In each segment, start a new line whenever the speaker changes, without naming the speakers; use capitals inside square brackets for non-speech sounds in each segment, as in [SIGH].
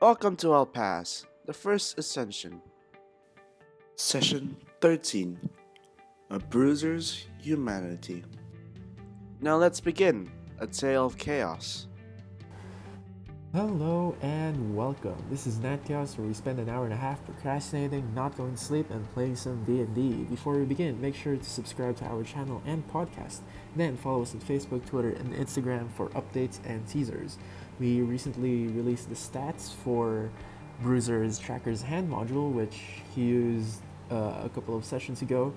Welcome to El Pass, the first ascension. Session 13 A Bruiser's Humanity. Now let's begin A Tale of Chaos.
Hello and welcome. This is NatCast where we spend an hour and a half procrastinating, not going to sleep, and playing some D&D. Before we begin, make sure to subscribe to our channel and podcast. Then follow us on Facebook, Twitter, and Instagram for updates and teasers. We recently released the stats for Bruiser's Tracker's Hand module, which he used uh, a couple of sessions ago.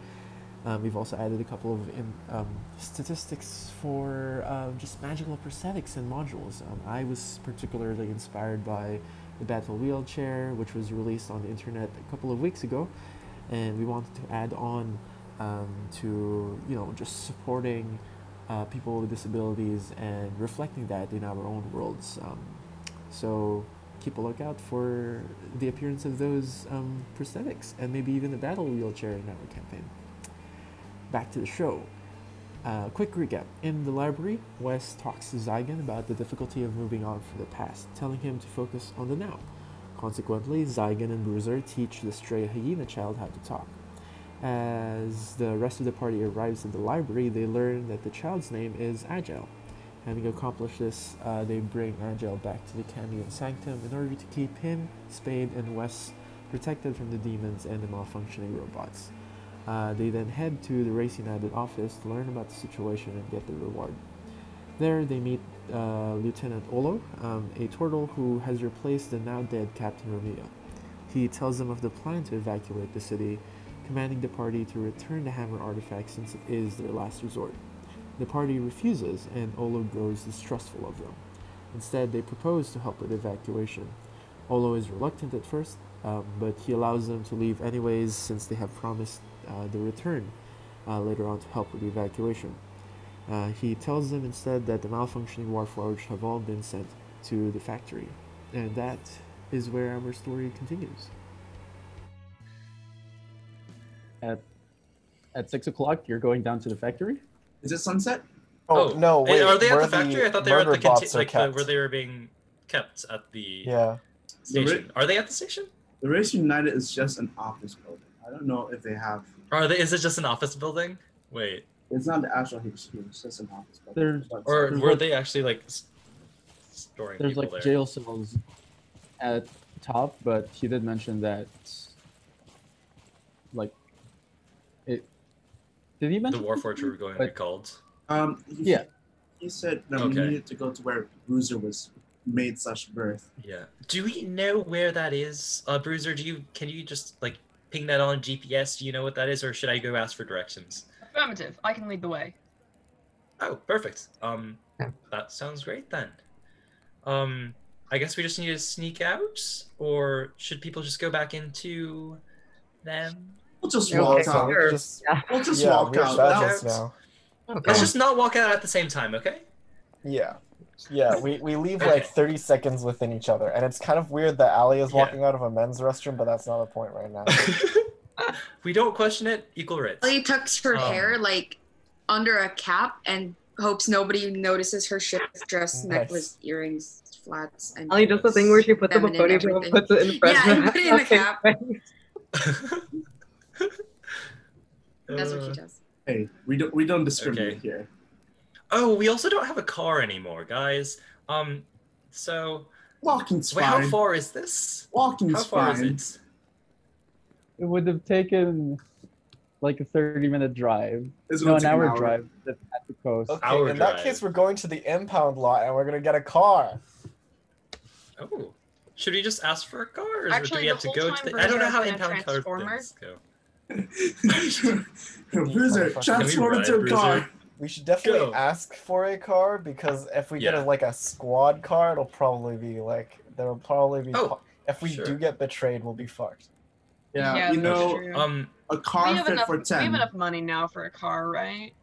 Um, we've also added a couple of in, um, statistics for um, just magical prosthetics and modules. Um, I was particularly inspired by the Battle Wheelchair, which was released on the internet a couple of weeks ago, and we wanted to add on um, to you know just supporting uh, people with disabilities and reflecting that in our own worlds. Um, so keep a lookout for the appearance of those um, prosthetics and maybe even the Battle Wheelchair in our campaign back to the show. Uh, quick recap. In the library, Wes talks to Zygon about the difficulty of moving on from the past, telling him to focus on the now. Consequently, Zygon and Bruiser teach the stray hyena child how to talk. As the rest of the party arrives at the library, they learn that the child's name is Agile. Having accomplished this, uh, they bring Agile back to the Canyon Sanctum in order to keep him, Spade, and Wes protected from the demons and the malfunctioning robots. Uh, they then head to the Race United office to learn about the situation and get the reward. There, they meet uh, Lieutenant Olo, um, a turtle who has replaced the now dead Captain Romeo. He tells them of the plan to evacuate the city, commanding the party to return the hammer artifact since it is their last resort. The party refuses, and Olo grows distrustful of them. Instead, they propose to help with evacuation. Olo is reluctant at first, um, but he allows them to leave anyways since they have promised uh, the return uh, later on to help with the evacuation. Uh, he tells them instead that the malfunctioning Warforged have all been sent to the factory, and that is where our story continues.
at at six o'clock you're going down to the factory
Is it sunset?
Oh, no!
hey,
Wait,
are they at
where
the factory? I thought they were at
murder
the conti-
bots are
like the,
kept.
where they were being kept at the
Yeah,
The,
station. Are they at the station?
the Race United is just an office building. I don't know if they have.
Or are they, is it just an office building? Wait,
It's not the actual HQ. It's just an office building.
There's-
But-
or
There's
were
like-
they actually like s- storing
there's
people
like
there?
jail cells at top but he did mention that like it did he
The
mention
Warforged were going to be
Like-
called.
um, he,
yeah
He said that we
Okay.
needed to go to where Bruiser was made such birth.
Yeah. Do we know where that is, uh, Bruiser? Do you can you just like ping that on GPS? Do you know what that is, or should I go ask for directions?
Affirmative. I can lead the way.
Oh, perfect. Um,
Yeah.
that sounds great then. Um, I guess we just need to sneak out, or should people just go back into them?
We'll just
Yeah,
walk
okay,
out.
sure.
just
We'll just
yeah,
walk
we're
out.
badges
That,
now.
Okay.
Let's just not walk out at the same time, okay?
Yeah, yeah. We we leave
Okay.
like thirty seconds within each other, and it's kind of weird that Ali is
Yeah.
walking out of a men's restroom, but that's not the point right
[LAUGHS]
now.
we don't question it. Equal
Oh,
rights.
Ellie tucks her
Um,
hair like under a cap and hopes nobody notices her shift dress,
Nice.
necklace, earrings, flats, and
Ellie does the thing
[LAUGHS]
where she puts up a
Feminine
ponytail
everything.
and puts it in the front.
Yeah,
of
and
her
put it in the
outfit.
cap. that's what
Uh,
she does.
hey, we don't we don't discriminate
Okay.
here.
Oh, we also don't have a car anymore, guys. Um, so
Walking's
wait,
fine.
how far is this?
Walking's
How far
fine.
is it?
it would have taken like a 30 minute drive
It's gonna
no an
take [LAUGHS]
hour, drive at the coast
Okay,
Hour
in
drive.
that case, we're going to the impound lot, and we're gonna get a car.
Oh, should we just ask for a car, or
Actually,
do we have
the
to go
whole
to
time
the? I don't know
Bruiser's
how
been a
impound car
transformer.
things go.
Can
Bruiser,
we
transform into a
ride,
car.
Bruiser?
We should definitely
Go.
ask for a car because if we
Yeah.
get a, like a squad car, it'll probably be like there'll probably be.
Oh,
po- if we
sure.
do get betrayed, we'll be fucked.
Yeah,
Yeah,
you
that's
know,
true.
Um,
a car
we have
fit
enough.
for
We have
ten.
enough money now for a car, right?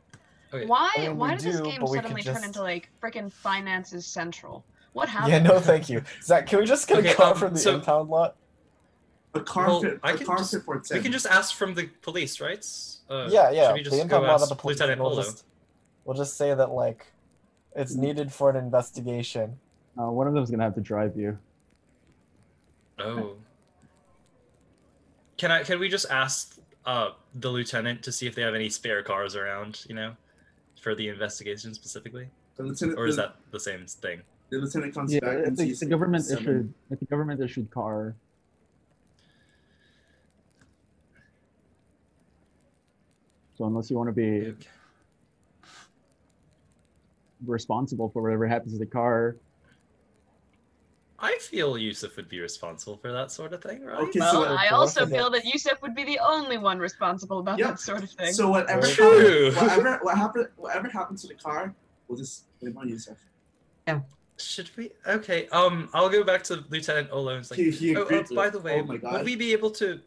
Okay.
Why?
I mean, we
why did this
do,
game
but we could
suddenly
just-
turn into like freaking finances central? What happened?
Yeah, no, thank you, Zach. Can we just get
Okay,
a car
um,
from the
so-
impound lot?
A car
Well,
fit.
I
A
can
car
just-
fit for ten.
we can just ask from the police, right? Uh,
yeah, yeah.
Should we
the
just
impound
go
lot
ask
of the police.
Lieutenant
and we'll,
Polo?
just, we'll just say that like
Mm-hmm.
it's needed for an investigation.
uh, one of them's gonna have to drive you
Oh. Can I? Can we just ask uh, the lieutenant to see if they have any spare cars around? You know, for the investigation specifically,
The lieutenant,
or is
the,
that the same thing?
the lieutenant comes
Yeah,
back and
it's a,
sees
it's a government
seven-
issued. It's a government issued car. So unless you want to be
Okay.
responsible for whatever happens to the car,
I feel Yusuf would be responsible for that sort of thing, right?
Okay,
Well,
so,
I also
Yeah.
feel that Yusuf would be the only one responsible about
Yeah.
that sort of [LAUGHS] thing.
so whatever,
True.
happened, whatever, what happened, whatever happened to the car, we'll just blame on yourself.
Should we? Okay. Um, I'll go back to Lieutenant Olo and it's like,
He- he
oh,
agreed
uh,
to
by
it.
the way,
Oh my
would
God.
we be able to,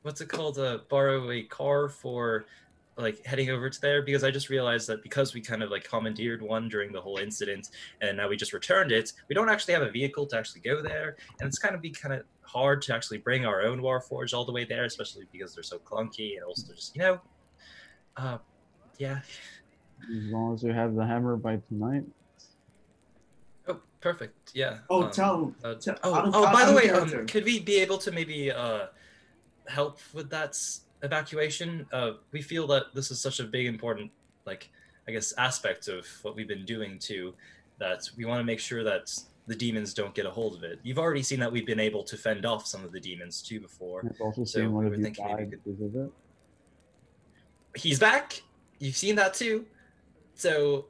what's it called, uh, borrow a car for, like, heading over to there? Because I just realized that because we kind of like commandeered one during the whole incident, and now we just returned it, we don't actually have a vehicle to actually go there, and it's kind of be kind of hard to actually bring our own Warforged all the way there, especially because they're so clunky and also just you know, uh, yeah.
as long as you have the hammer by tonight.
Oh, perfect. Yeah.
Oh,
um,
tell him.
Uh,
Tell- out
oh,
of-
oh
out
by the
of
way, um,
character.
could we be able to maybe uh, help with that s- evacuation? Uh, we feel that this is such a big, important, like, I guess, aspect of what we've been doing too, that we want to make sure that the demons don't get a hold of it. You've already seen that we've been able to fend off some of the demons too before.
I've also
So
seen one
we
of
were
you
thinking maybe
die
we could-
because of it.
He's back. You've seen that too. So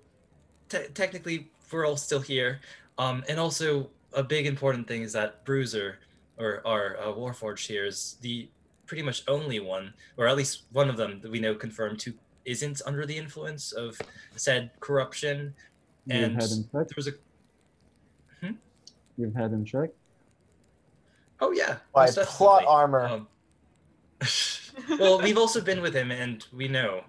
te- technically, we're all still here. Um, and also, a big important thing is that Bruiser, or our uh, Warforged here, is the pretty much only one, or at least one of them that we know confirmed to isn't under the influence of said corruption.
You've
And
had him checked.
there was a Hmm?
You've had him checked.
oh yeah,
by
most definitely.
plot armor.
Um, [LAUGHS] well, we've also been with him, and we know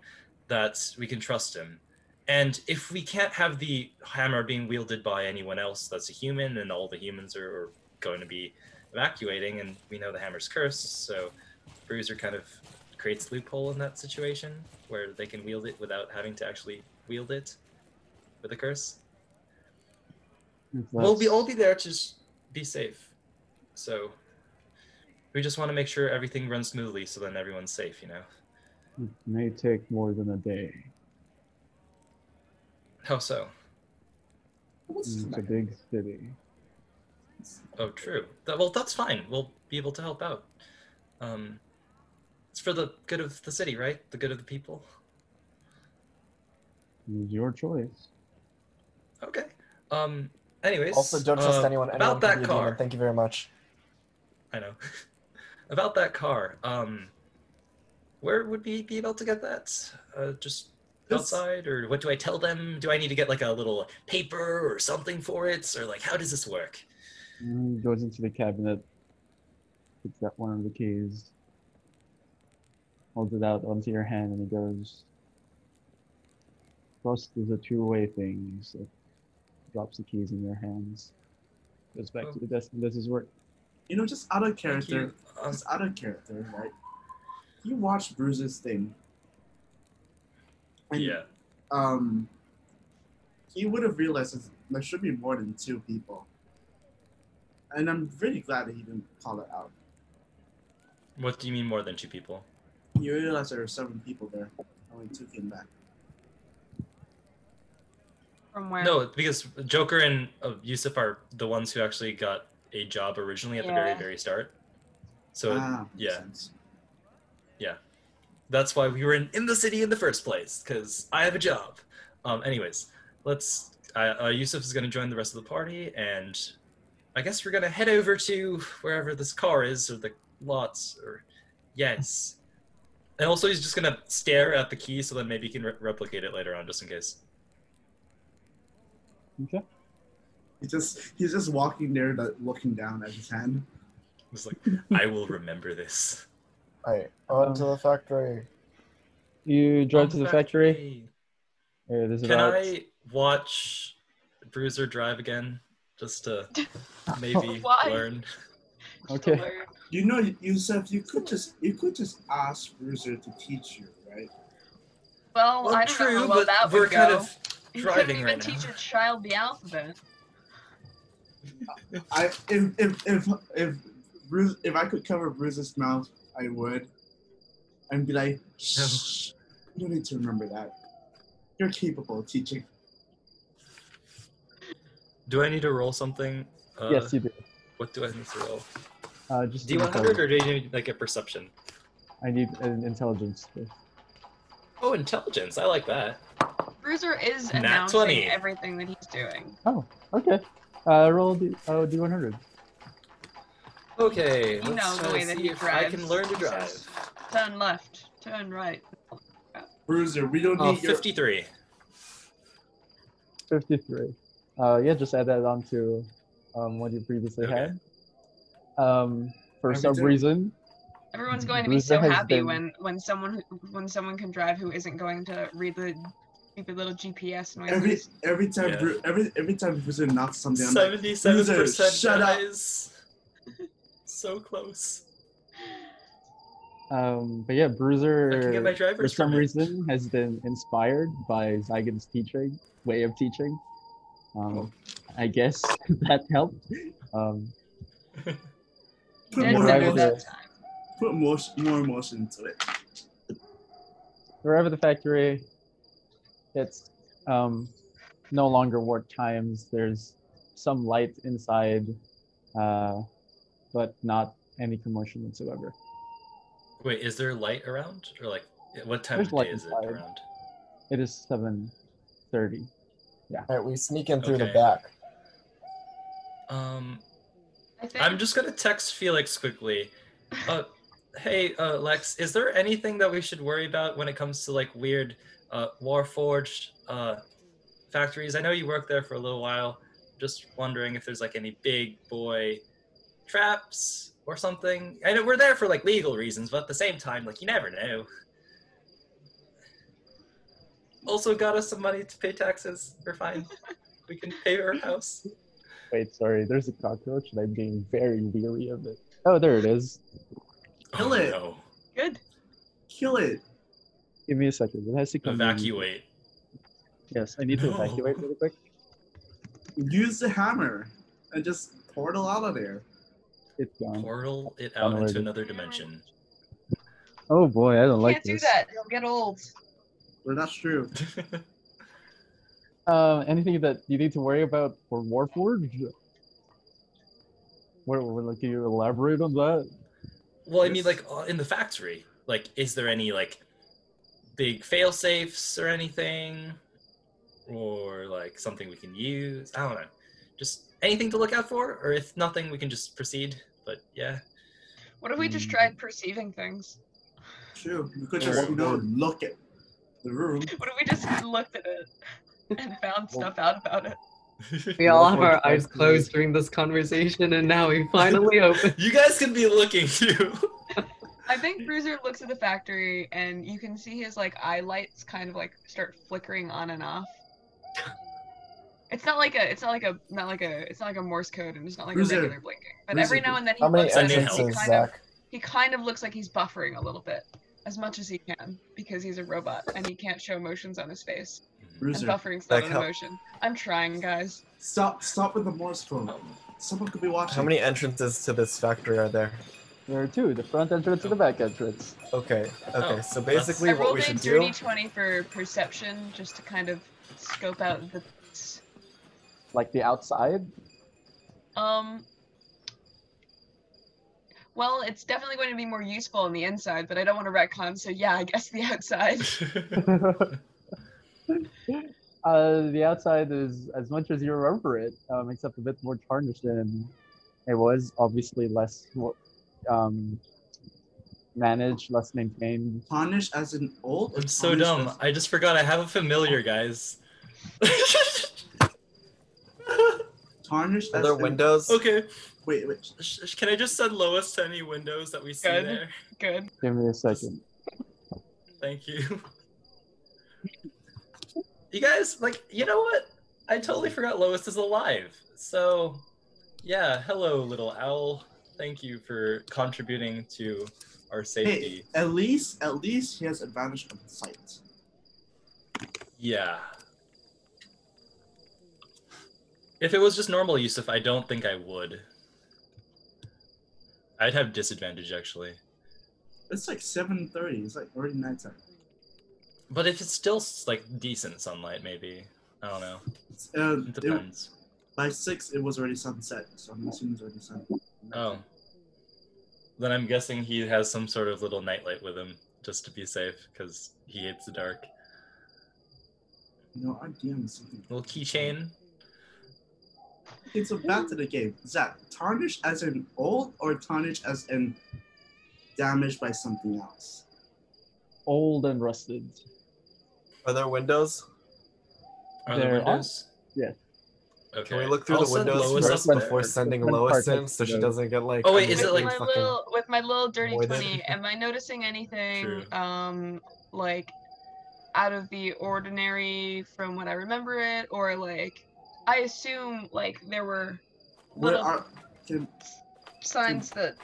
that we can trust him. And if we can't have the hammer being wielded by anyone else that's a human, and all the humans are, are going to be evacuating, and we know the hammer's cursed, so Bruiser kind of creates loophole in that situation where they can wield it without having to actually wield it with a curse.
If
We'll be
that's-
all be there to just be safe. So we just want to make sure everything runs smoothly, so then everyone's safe. You know.
It may take more than a day.
How so?
What's his
It's a
name?
big city.
Oh, true. That, well, that's fine. We'll be able to help out. Um, it's for the good of the city, right? The good of the people.
It was your choice.
Okay. Um. Anyways.
Also, don't trust
uh,
anyone. Anyone
About
can
that
be a
car.
demon. Thank you very much.
I know. [LAUGHS] about that car. Um. Where would we be able to get that? Uh, just
This-
outside, or what do I tell them? Do I need to get like a little paper or something for it, or like how does this work?
Mm, Goes into the cabinet. Picks up one of the keys. Holds it out onto your hand and he goes. Trust is a two-way thing. So drops the keys in your hands. Goes back to the desk and does his work.
You know, just out of
Thank
character.
you. Um,
It's out of character, right? You watch Bruise's thing. And,
yeah.
Um, he would have realized that there should be more than two people. And I'm really glad that he didn't call it out.
What do you mean more than two people?
You realize there were seven people there. Only two came back.
From where?
No, because Joker and uh, Yusuf are the ones who actually got a job originally at the very,
Yeah.
very start. So
ah, makes
yeah.
sense.
that's why we were in, in the city in the first place, because I have a job. Um, anyways, let's. Uh, uh, Yusuf is going to join the rest of the party, and I guess we're going to head over to wherever this car is, or the lots, or. Yes. And also, he's just going to stare at the key so then maybe he can re- replicate it later on, just in case.
Okay.
He's just he's just walking there, like, looking down at his hand.
He's like, I will remember this.
Alright, on to the factory.
You
On
drive
the
Yeah, there's
Can
about
I watch Bruiser drive again just
[LAUGHS]
to maybe
Why?
learn?
Just to
okay.
learn.
You know, Yusuf, you could just you could just ask Bruiser to teach you, right?
Well, I don't know how well that
we're
would go.
kind of
[LAUGHS] you couldn't
driving
even
right now.
teach a child the alphabet.
I if if if if Bruce, if I could cover Bruce's mouth, I would. And be like, shh, you need to remember that. You're capable of teaching.
Do I need to roll something? Uh,
yes, you do.
What do I need to roll?
Uh, just do
D100 or do you need like a perception?
I need an intelligence. check.
Oh, intelligence. I like that.
Bruiser is
Nat
announcing
20.
everything that he's doing.
Oh, okay. Uh, roll D, oh, D100.
Okay,
You
let's
know the
try
way
to
that
see
he
if I
drives.
can learn to
He
drive.
says, Turn left. Turn right.
Bruiser, we don't
Oh,
need your
53.
53. Uh, yeah, just add that on to um, what you previously
Okay.
had. Um, for
Every
some
time-
reason,
Everyone's going to be
Bruiser
so
has
happy
been-
when when someone who- when someone can drive who isn't going to read the stupid little GPS noises.
every every time
Yeah.
Bru- every every time Bruiser knocks something, I'm like,
77%
shut up.
guys. So close.
um, but yeah,
I can get my
Bruiser for
driver's
some
permit.
reason has been inspired by Zygon's teaching way of teaching.
Oh.
Um, I guess [LAUGHS] that helped. Um,
put
Dead
more,
center
drive with
emotion,
that
the-
time.
put more more emotion into it.
arrive at the factory. It's um, no longer warp times. There's some light inside, uh, but not any commotion whatsoever.
Wait, is there light around? Or like, what time
There's
of day
light
is it
inside.
around?
It is seven thirty.
All right, we sneak in through the
Okay.
back.
Um,
I think
I'm just gonna text Felix quickly. Uh, hey, uh, Lex, is there anything that we should worry about when it comes to like weird uh, Warforged uh, factories? I know you worked there for a little while. Just wondering if there's like any big boy traps or something. I know we're there for like legal reasons, but at the same time, like you never know. Also, got us some money to pay taxes. We're fine. we can pay our house.
Wait, sorry. There's a cockroach, and I'm being very leery of it. Oh, there it is.
Kill it.
Oh, no.
good.
Kill it.
Give me a second. It has to come. in.
Evacuate.
Yes, I need to
No.
evacuate really quick.
Use the hammer and just portal out of there.
It's gone.
portal it out
Downward.
into another dimension.
Oh boy, I don't
You
like
can't
this.
do that. He'll get old.
Well, that's true.
[LAUGHS]
Uh, anything that you need to worry about for Warforged? What, what like, can you elaborate on that?
[LAUGHS] well, I mean, like uh, in the factory, like is there any like big fail safes or anything, or like something we can use? I don't know. Just anything to look out for, or if nothing, we can just proceed. But yeah,
What if we
Hmm.
just tried perceiving things? [LAUGHS]
True. You could just
True.
you know look at the room.
What if we just looked at it and found stuff out about it?
We all
Warforged
have our eyes
factory.
closed during this conversation, and now we [LAUGHS] finally open.
[LAUGHS] you guys can be looking
[LAUGHS]
too. [LAUGHS]
I think Bruiser looks at the factory and you can see his like eye lights kind of like start flickering on and off. It's not like a it's not like a not like a it's not like a Morse code and it's not like
Bruiser.
a regular blinking. But
Bruiser.
every now and then he
How many
looks at it and
exits
he
entrances,
kind of
Zach?
he kind of looks like he's buffering a little bit. As much as he can, because he's a robot and he can't show emotions on his face. And
Bruiser,
buffering's not
Like
an
how-
emotion. I'm trying, guys.
stop! Stop with the Morse code. Someone could be watching.
How many entrances to this factory are there?
There are two, the front entrance and the back entrance.
Okay, okay.
Oh,
So basically,
I
what
rolled
we
a
should
dirty
do.
20 for perception just to kind of scope out the.
Like the outside?
Um. Well, it's definitely going to be more useful on the inside, but I don't want to retcon, so yeah, I guess the [LAUGHS] outside.
uh, [LAUGHS] the outside is as much as you remember it, um, except a bit more tarnished than it was. Obviously, less um, managed, less maintained.
Tarnished as in old. or
I'm so
tarnished
dumb.
as-
I just forgot I have a familiar, guys.
[LAUGHS]
[LAUGHS]
Tarnished
Are
as
there
in-
windows?
okay,
Wait, wait.
sh- sh- can I just send Lois to any windows that we see
Good.
there?
Good.
Give me a second.
Thank you. you guys, like, you know what? I totally forgot Lois is alive. So, yeah, hello, little owl. Thank you for contributing to our
Hey,
safety.
at least at least he has advantage of sight.
Yeah. If it was just normal Yusuf, I don't think I would. I'd have disadvantage actually.
It's like 7:30. It's like already nighttime.
But if it's still s- like decent sunlight, maybe. I don't know.
It's, Uh,
It
it-
depends.
by six, it was already sunset, so I'm assuming it's already sun.
Oh. Then I'm guessing he has some sort of little nightlight with him just to be safe because he hates the dark.
You know, our DM is something.
Little keychain.
It's about to the game. Zach, tarnish as in old or tarnish as in damaged by something else?
Old and rusted.
Are there windows?
Are there,
There are-
windows?
yes.
Okay.
Can we look through
I'll
the
send
windows
Lois
first
up
before
there.
sending
Send
Lois
Parker
in, so she
to-
doesn't get like?
Oh, wait, is
with
it, like,
my
fucking-
little with my little dirty
more than-
[LAUGHS]
twenty, am I noticing anything
True.
um like out of the ordinary from what I remember it, or like I assume like there were
Where
Little-
are can,
signs that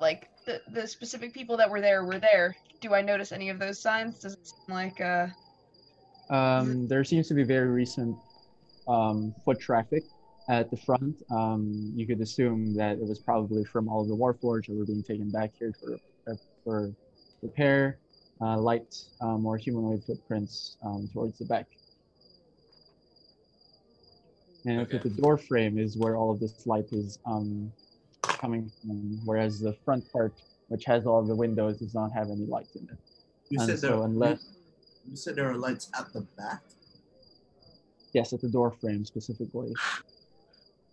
like the the specific people that were there were there. Do I notice any of those signs? Does it seem like uh
Um, there seems to be very recent um, foot traffic at the front. Um, you could assume that it was probably from all of the Warforged that were being taken back here for uh, for repair. Uh, light um, or humanoid footprints um, towards the back. And if
Okay.
the door frame is where all of this light is um, coming from, whereas the front part, which has all of the windows, does not have any light in it.
you
And
said there
so unless-
you, you said there are lights at the back?
Yes, at the door frame specifically.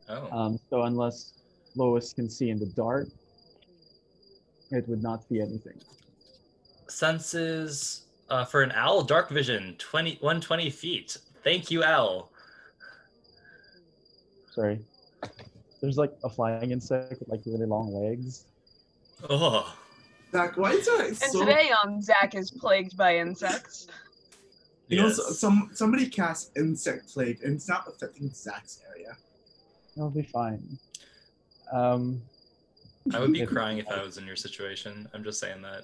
Oh.
Um, so unless Lois can see in the dark, it would not be anything.
Senses uh, for an owl, dark vision, 20, 120 feet. Thank you, owl.
Sorry. There's like a flying insect with like really long legs.
Oh.
Zach, why is that
and
so
today um Zach is plagued by insects.
You know,
yes.
so, some somebody cast insect plague, and it's not affecting Zach's area.
It'll be fine. Um,
I would be
If-
crying if I was in your situation. I'm just saying that.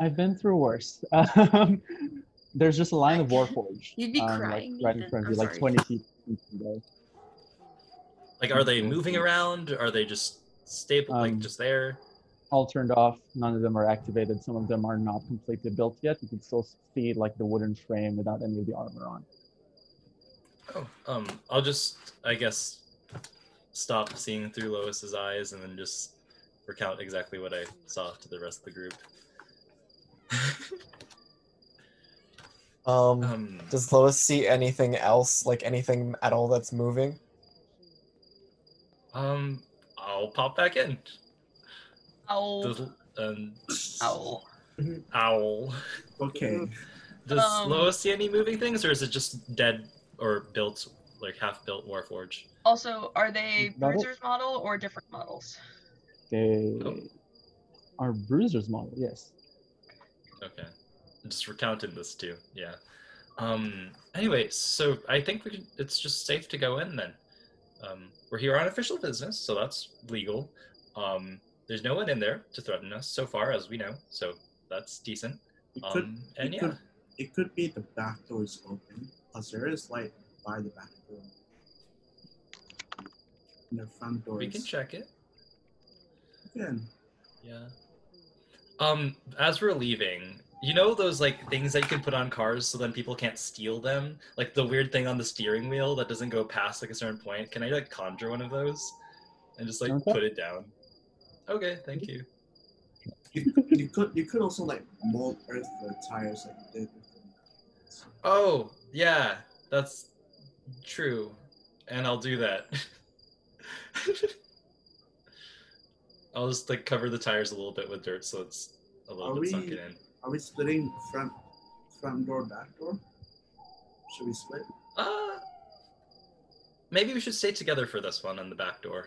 I've been through worse. [LAUGHS] Um, there's just a line of Warforged.
[LAUGHS] You'd be
um,
crying,
Like, right in
Ethan.
front of
I'm
you, like
sorry.
20 feet. from there.
Like, are they moving around? Are they just stable, like
Mm-hmm. Um,
just there?
All turned off. None of them are activated. Some of them are not completely built yet. You can still see like the wooden frame without any of the armor on.
Oh, um, I'll just, I guess, stop seeing through Lois's eyes and then just recount exactly what I saw to the rest of the group.
Um,
um,
does Lois see anything else, like anything at all that's moving?
um, I'll pop back in.
Owl.
Does, um,
Owl.
owl.
Okay.
Mm-hmm. Does
Um,
Lois see any moving things, or is it just dead or built, like half-built Warforge?
Also, are they
Model?
Bruiser's model or different models?
They
Oh.
are Bruiser's model, yes.
Okay. Just recounting this too. Yeah. Um anyway, so I think we can it's just safe to go in then. Um we're here on official business, so that's legal. Um there's no one in there to threaten us so far as we know, so that's decent.
It could
Um and
it
yeah.
could, it could be the back door is open, because there is light by the back door. And the front door
We
is
can check it.
open.
Yeah. Um, as we're leaving, you know those like things that you can put on cars so then people can't steal them? Like the weird thing on the steering wheel that doesn't go past like a certain point. Can I like conjure one of those? And just like
Okay.
put it down. Okay, thank you.
You, you could you could also like mold earth the tires like you did with the-
Oh, yeah, that's true. And I'll do that. [LAUGHS] I'll just like cover the tires a little bit with dirt so it's a little
Are
bit
we-
sunken in.
Are we splitting front front door back door? Should we split?
Uh, maybe we should stay together for this one on the back door.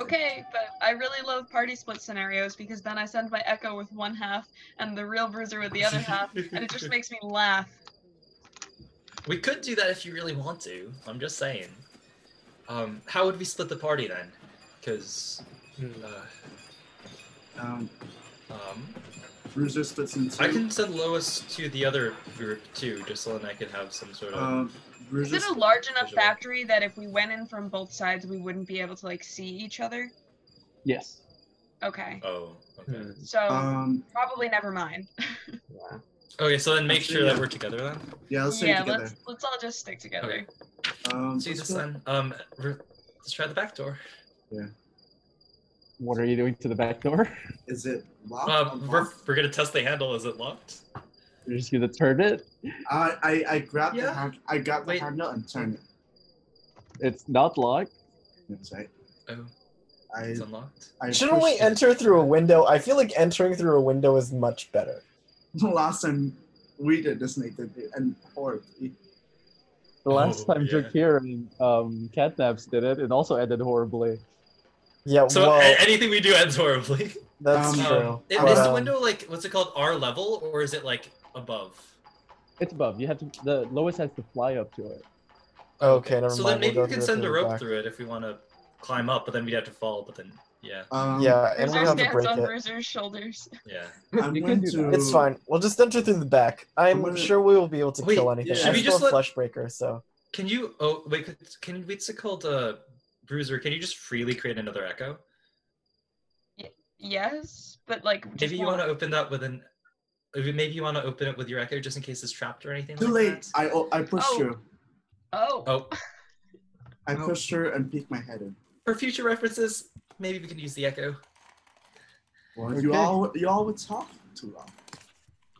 Okay, but I really love party split scenarios because then I send my echo with one half and the real bruiser with
[LAUGHS]
the other half, and it just makes me laugh.
We could do that if you really want to. I'm just saying. Um, how would we split the party then? Because,
Hmm.
uh,
Um,
um,
Bruiser splits into.
I can send Lois to the other group too, just so then I can have some sort of.
Um,
Is
Bruiser.
it a large enough
visual.
factory that if we went in from both sides, we wouldn't be able to like see each other?
Yes.
Okay.
Oh, okay.
So
Um,
probably never mind.
Okay, so then make sure that we're together then.
[LAUGHS]
yeah, let's stay
yeah,
together.
let's let's all just stick together.
Okay.
Um,
Jesus
let's go-
then. Um, re- let's try the back door.
What are you doing to the back door? [LAUGHS]
Is it locked?
Um, we're,
Unlocked?
we're gonna test the handle. Is it locked?
You're just gonna turn it.
I, Uh, I, I grabbed the
Yeah.
hand, I grabbed
Wait.
the handle and turned it.
It's not locked.
That's right.
Oh,
I,
it's unlocked.
I
Shouldn't we
pushed it.
enter through a window? I feel like entering through a window is much better.
[LAUGHS] The last time we did this, Nathan, and horribly.
The last
Oh,
time
yeah.
Jakir and um, Catnaps did it, it also ended horribly.
Yeah,
So
well,
a- anything we do ends horribly.
that's
um,
[LAUGHS] true.
Um, i-
but,
is the
um,
window like what's it called? Our level or is it like above?
It's above. You have to. The lowest has to fly up to it.
um, Okay, never
so
mind.
then maybe
we'll
we
go
can
through
send a
the
rope
back.
through it if we want to climb up, but then we'd have to fall. But then yeah,
Um,
Yeah, and
Bruiser
we'll have to
stands
break
on
it.
Bruiser's shoulders. [LAUGHS]
yeah.
I'm
You
going
can do
to.
that.
It's fine. We'll just enter through the back. I'm
gonna-
sure we will be able to
Wait,
kill anything.
should
I'm
we
still
just
a
let-
flesh breaker, so
Can you? Oh wait, can what's it called? Uh, Bruiser, can you just freely create another echo?
Yes, but like just
Maybe you
one.
want to open that with an. Maybe you want to open it with your echo just in case it's trapped or anything.
Too
like
late.
that?
I, oh, I pushed
Oh.
her.
Oh.
Oh,
I
Oh.
pushed her and peeked my head in.
for future references, maybe we can use the echo.
Well, you
Okay.
all, you all would talk too long.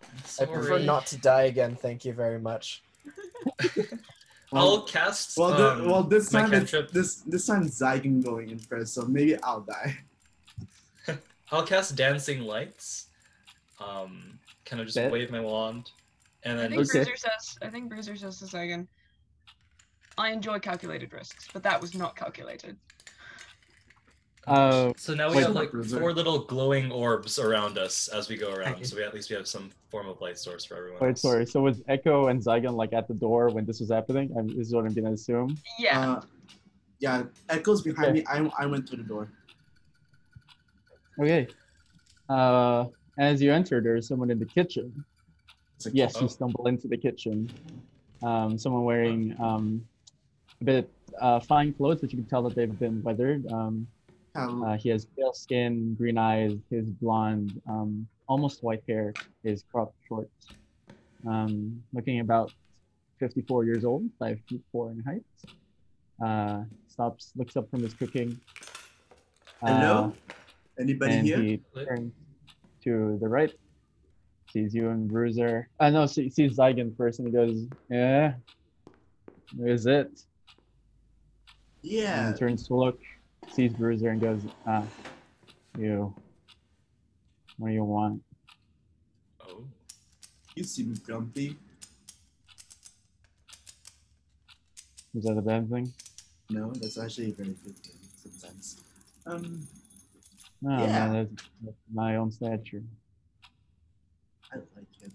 I
Sorry.
prefer not to die again. Thank you very much.
I'll
Well,
cast.
well, the-
um,
well, this
my
time it's,
cantrip.
this this time Zygon going in first, so maybe I'll die.
I'll cast dancing lights. Um, kind of just
Bet.
wave my wand, and
I
then
think
Okay.
Bruiser says. I think Bruiser says to Sagan, "I enjoy calculated risks, but that was not calculated."
Uh,
So now we
Wait.
have like
Reserve.
four little glowing orbs around us as we go around.
Okay.
So we at least we have some form of light source for everyone.
wait,
else.
sorry. So was Echo and Zygon like at the door when this was happening? I'm, this is what I'm gonna assume.
Yeah.
Uh, yeah, Echo's behind
Okay.
me. I, I went through the door.
Okay. Uh, as you enter, there is someone in the kitchen.
It's like,
Yes,
Oh.
you stumble into the kitchen. Um, someone wearing um, a bit uh, fine clothes, but you can tell that they've been weathered. Um,
um,
uh, he has pale skin, green eyes, his blonde, um, almost white hair is cropped short. Um, looking about 54 years old, five feet four in height. Uh, stops, looks up from his cooking. uh,
hello? Anybody
and
here?
he turns to the right, sees you and Bruiser. Uh, no, see, sees Zygon first, and he goes, "Yeah, is it?"
yeah.
And turns to look, sees Bruiser, and goes, "Ah, you. What do you want?"
Oh.
You seem grumpy.
Is that a bad thing?
No, that's actually a very good thing sometimes. Um,
No,
Yeah.
no, that's, that's my own stature.
I like him.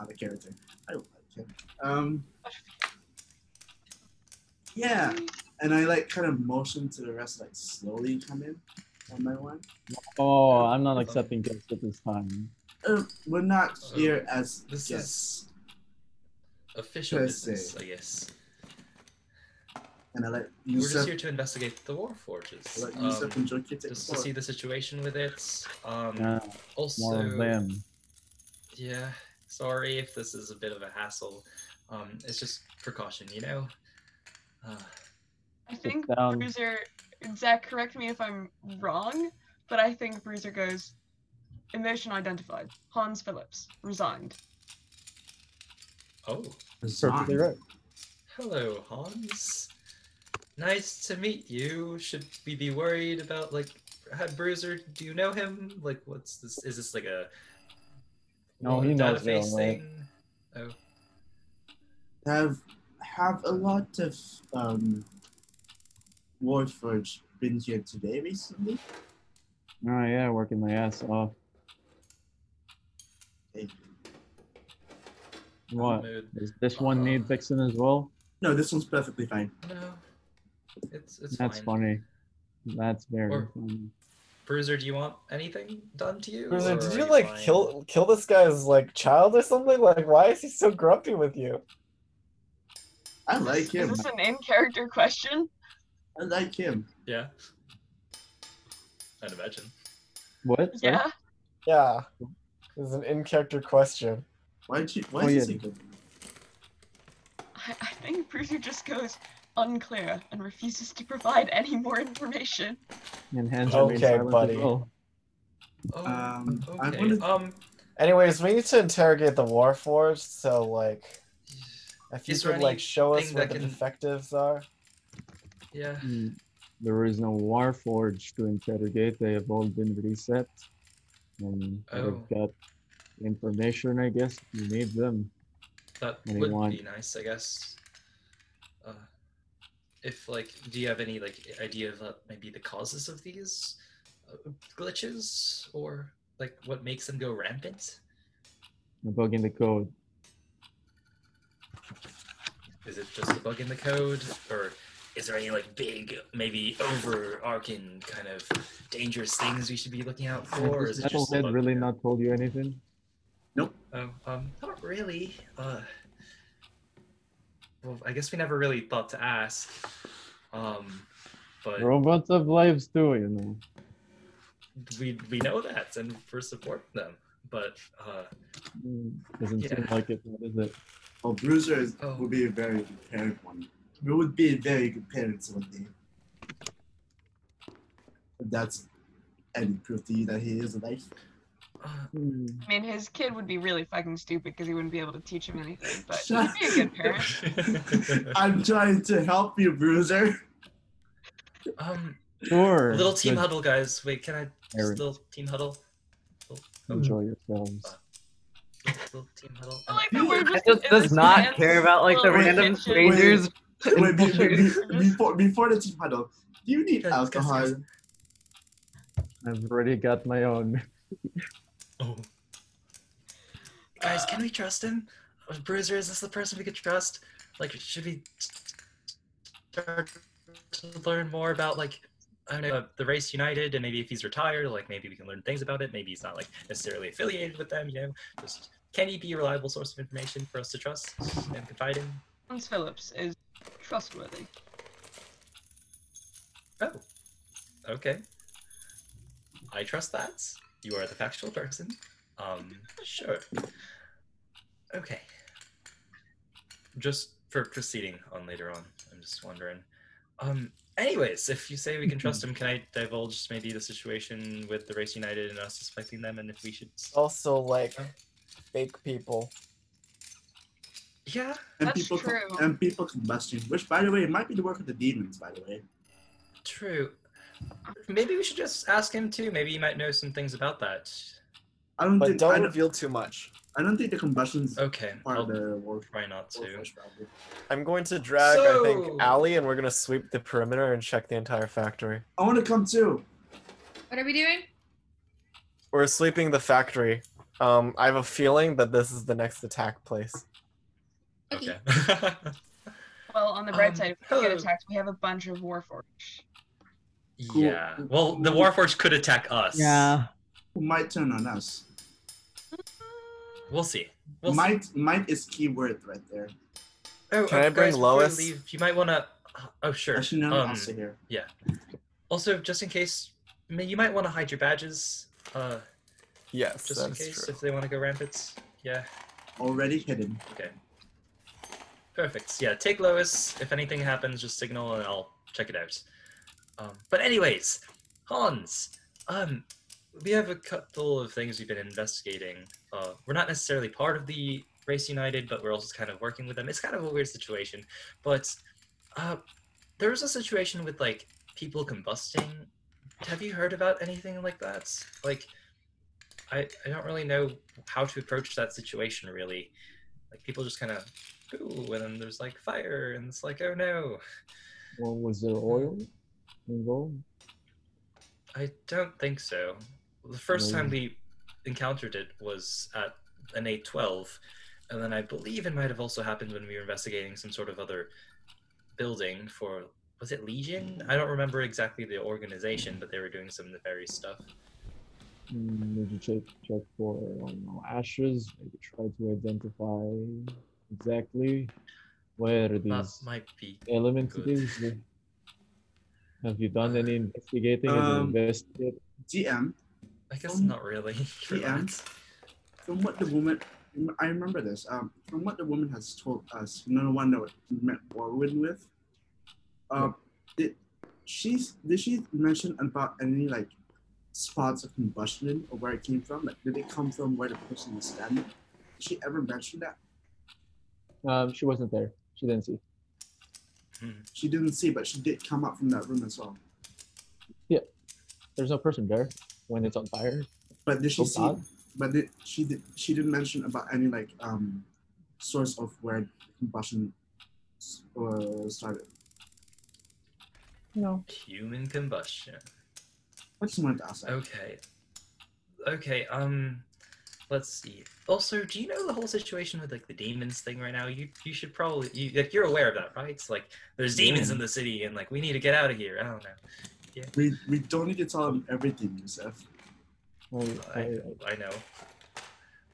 Out of character. I like him. Um, yeah, and I like kind of motion to the rest, like slowly come in one by one.
Oh, I'm not accepting gifts at this time.
Uh, we're not here as
This
guests,
Official
Per
business,
se.
I guess.
and I let
We're just
Yusuf,
here to investigate the war forges.
I let
Um,
Yusuf and Joki take the
just to
floor.
see the situation with it. Um,
Uh, more of
also,
them.
yeah. Sorry if this is a bit of a hassle. Um, it's just precaution, you know. Uh,
I think
down.
Bruiser. Zach, correct me if I'm wrong, but I think Bruiser goes. Emotion identified. Hans Phillips resigned.
oh,
Perfectly right.
hello, Hans. Nice to meet you. Should we be worried about like ha- Bruiser? Do you know him? Like, what's this? Is this like a
No, he knows
database
Will, right?
thing? Oh,
have have a lot of um Warforged been here today recently?
Oh yeah, working my ass off.
Hey,
What?
mood.
Does this one need fixing as well?
No, this one's perfectly fine.
No, it's it's
That's
fine.
funny. That's very
Or-
funny.
Bruiser, do you want anything done to you?
Bruiser,
or
did
are
you like
fine?
kill kill this guy's like child or something? Like, why is he so grumpy with you?
I like
Is [LAUGHS]
him.
this an in-character question?
I like him.
Yeah. I'd imagine.
What? Sorry?
Yeah.
Yeah. This is an in character question.
Why'd you, why
Oh,
did
yeah.
you think of
I, I think Bruiser just goes unclear and refuses to provide any more information.
And hands remain
Okay,
silent as
buddy.
well.
Oh,
Um, I
okay.
wanna-
Um,
Anyways, we need to interrogate the Warforged, so like if you
Is there
could like show us
anything
where
that
the
can-
defectives are.
yeah.
Mm, There is no war forged to interrogate. They have all been reset. And
Oh.
they've got information, I guess. You need them.
That
What do you
would
want?
be nice, I guess. Uh, if like, do you have any like idea of uh, maybe the causes of these uh, glitches or like what makes them go rampant?
You're bugging the code.
Is it just a bug in the code, or is there any like big, maybe overarching kind of dangerous things we should be looking out for? Or
Has
is
this
it just a
metalhead
bug-
really not told you anything?
Oh, um, not really. Uh, well, I guess we never really thought to ask. Um, but
Robots have lives too, you know.
we we know that, and we're supporting them. But uh,
Mm, Doesn't seem
Yeah.
like it, what is it?
Well, Bruiser is,
Oh.
would be a very good parent one. We would be very good parents one day. If that's any proof to you that he is alive.
uh,
Hmm.
I mean, his kid would be really fucking stupid because he wouldn't be able to teach him anything, but
Shut
he'd be a
[LAUGHS]
good parent.
I'm trying to help you, Bruiser.
um,
Sure.
little team
but
huddle, guys. Wait, can I
Aaron.
just little team huddle? Little,
Enjoy yourselves.
little team huddle.
I like that we're just.
It just does not
fans-
care about like the
well,
random
attention.
strangers.
Wait, be, be- be-
[LAUGHS] Bullshit.
before, before the team huddle, do you need
Guys, guys, guys.
alcohol?
I've already got my own.
Oh. Guys, can we trust him? Uh, Bruiser, is this the person we could trust? Like, should we start to learn more about, like, I don't know, uh, the race united, and maybe if he's retired, like, maybe we can learn things about it. Maybe he's not, like, necessarily affiliated with them, you know? Just, can he be a reliable source of information for us to trust and confide in?
Hans Phillips is trustworthy.
Oh, okay. I trust that. You are the factual person. Um, sure. Okay. Just for proceeding on later on, I'm just wondering. Um, anyways, if you say we can trust him, can I divulge maybe the situation with the Race United and us suspecting them, and if we should?
Also like fake people.
Yeah,
And
That's
people,
true.
And people combustion, which, by the way, might be the work of the demons, by the way.
true. Maybe we should just ask him too. Maybe he might know some things about that.
I don't
But
think I
don't
don't,
reveal too much.
I don't think the combustion's
Okay,
part
I'll
of the war.
try not to.
warforged, probably.
I'm going to drag I
So-
think Allie and we're gonna sweep the perimeter and check the entire factory.
I want to come too.
What are we doing?
We're sweeping the factory. Um, I have a feeling that this is the next attack place.
Okay.
Okay. [LAUGHS]
Well, on the bright
Um,
side, if we get
oh.
attacked, we have a bunch of Warforged.
Cool.
Yeah. Well, the Warforged could attack us.
Yeah.
Who might turn on us?
We'll see. We'll see.
might might is keyword right there.
Oh,
Can
uh,
I bring
guys, before we
Lois?
leave, you might want to. Oh, sure.
Actually, no,
Um,
um, also here.
also, just in case, I mean, you might want to hide your badges. Uh,
Yes,
just in
that's
case
true.
if they want to go rampant. Yeah.
Already hidden.
Okay. Perfect. Yeah. Take Lois. If anything happens, just signal and I'll check it out. Um, but anyways, Hans. Um, we have a couple of things we've been investigating. Uh, we're not necessarily part of the Race United, but we're also kind of working with them. It's kind of a weird situation, but uh, there was a situation with like people combusting. Have you heard about anything like that? Like, I I don't really know how to approach that situation really. Like people just kind of ooh, and then there's like fire, and it's like oh no.
Well, was there oil involved?
I don't think so. The first
No.
time we encountered it was at an 812, and then I believe it might have also happened when we were investigating some sort of other building for was it Legion? I don't remember exactly the organization, but they were doing some nefarious stuff.
Mm, Did you check check for I don't know, ashes? Maybe try to identify exactly where
That
these
might be
elements
good.
is. Have you done any investigating?
Um,
and invested?
DM,
I guess
Um,
not really. [LAUGHS] You're
yeah.
right.
From what the woman, I remember this. Um, from what the woman has told us, no one that we met Warwin with. Um, did she's did she mention about any like spots of combustion or where it came from? Like, did it come from where the person was standing? Did she ever mention that?
Um, she wasn't there. She didn't see.
She didn't see, but she did come up from that room as well.
There's no person there when it's on fire.
But did she
Oh,
see?
God.
But did, she did. She didn't mention about any like um source of where combustion s- uh, started.
No.
Human combustion.
I just wanted to ask that.
Okay. Okay, um let's see. Also, do you know the whole situation with like the demons thing right now? You you should probably you like you're aware of that, right? It's like there's demons in the city and like we need to get out of here. I don't know.
We, we don't need to tell him everything, Yusef.
I, I,
I, I know.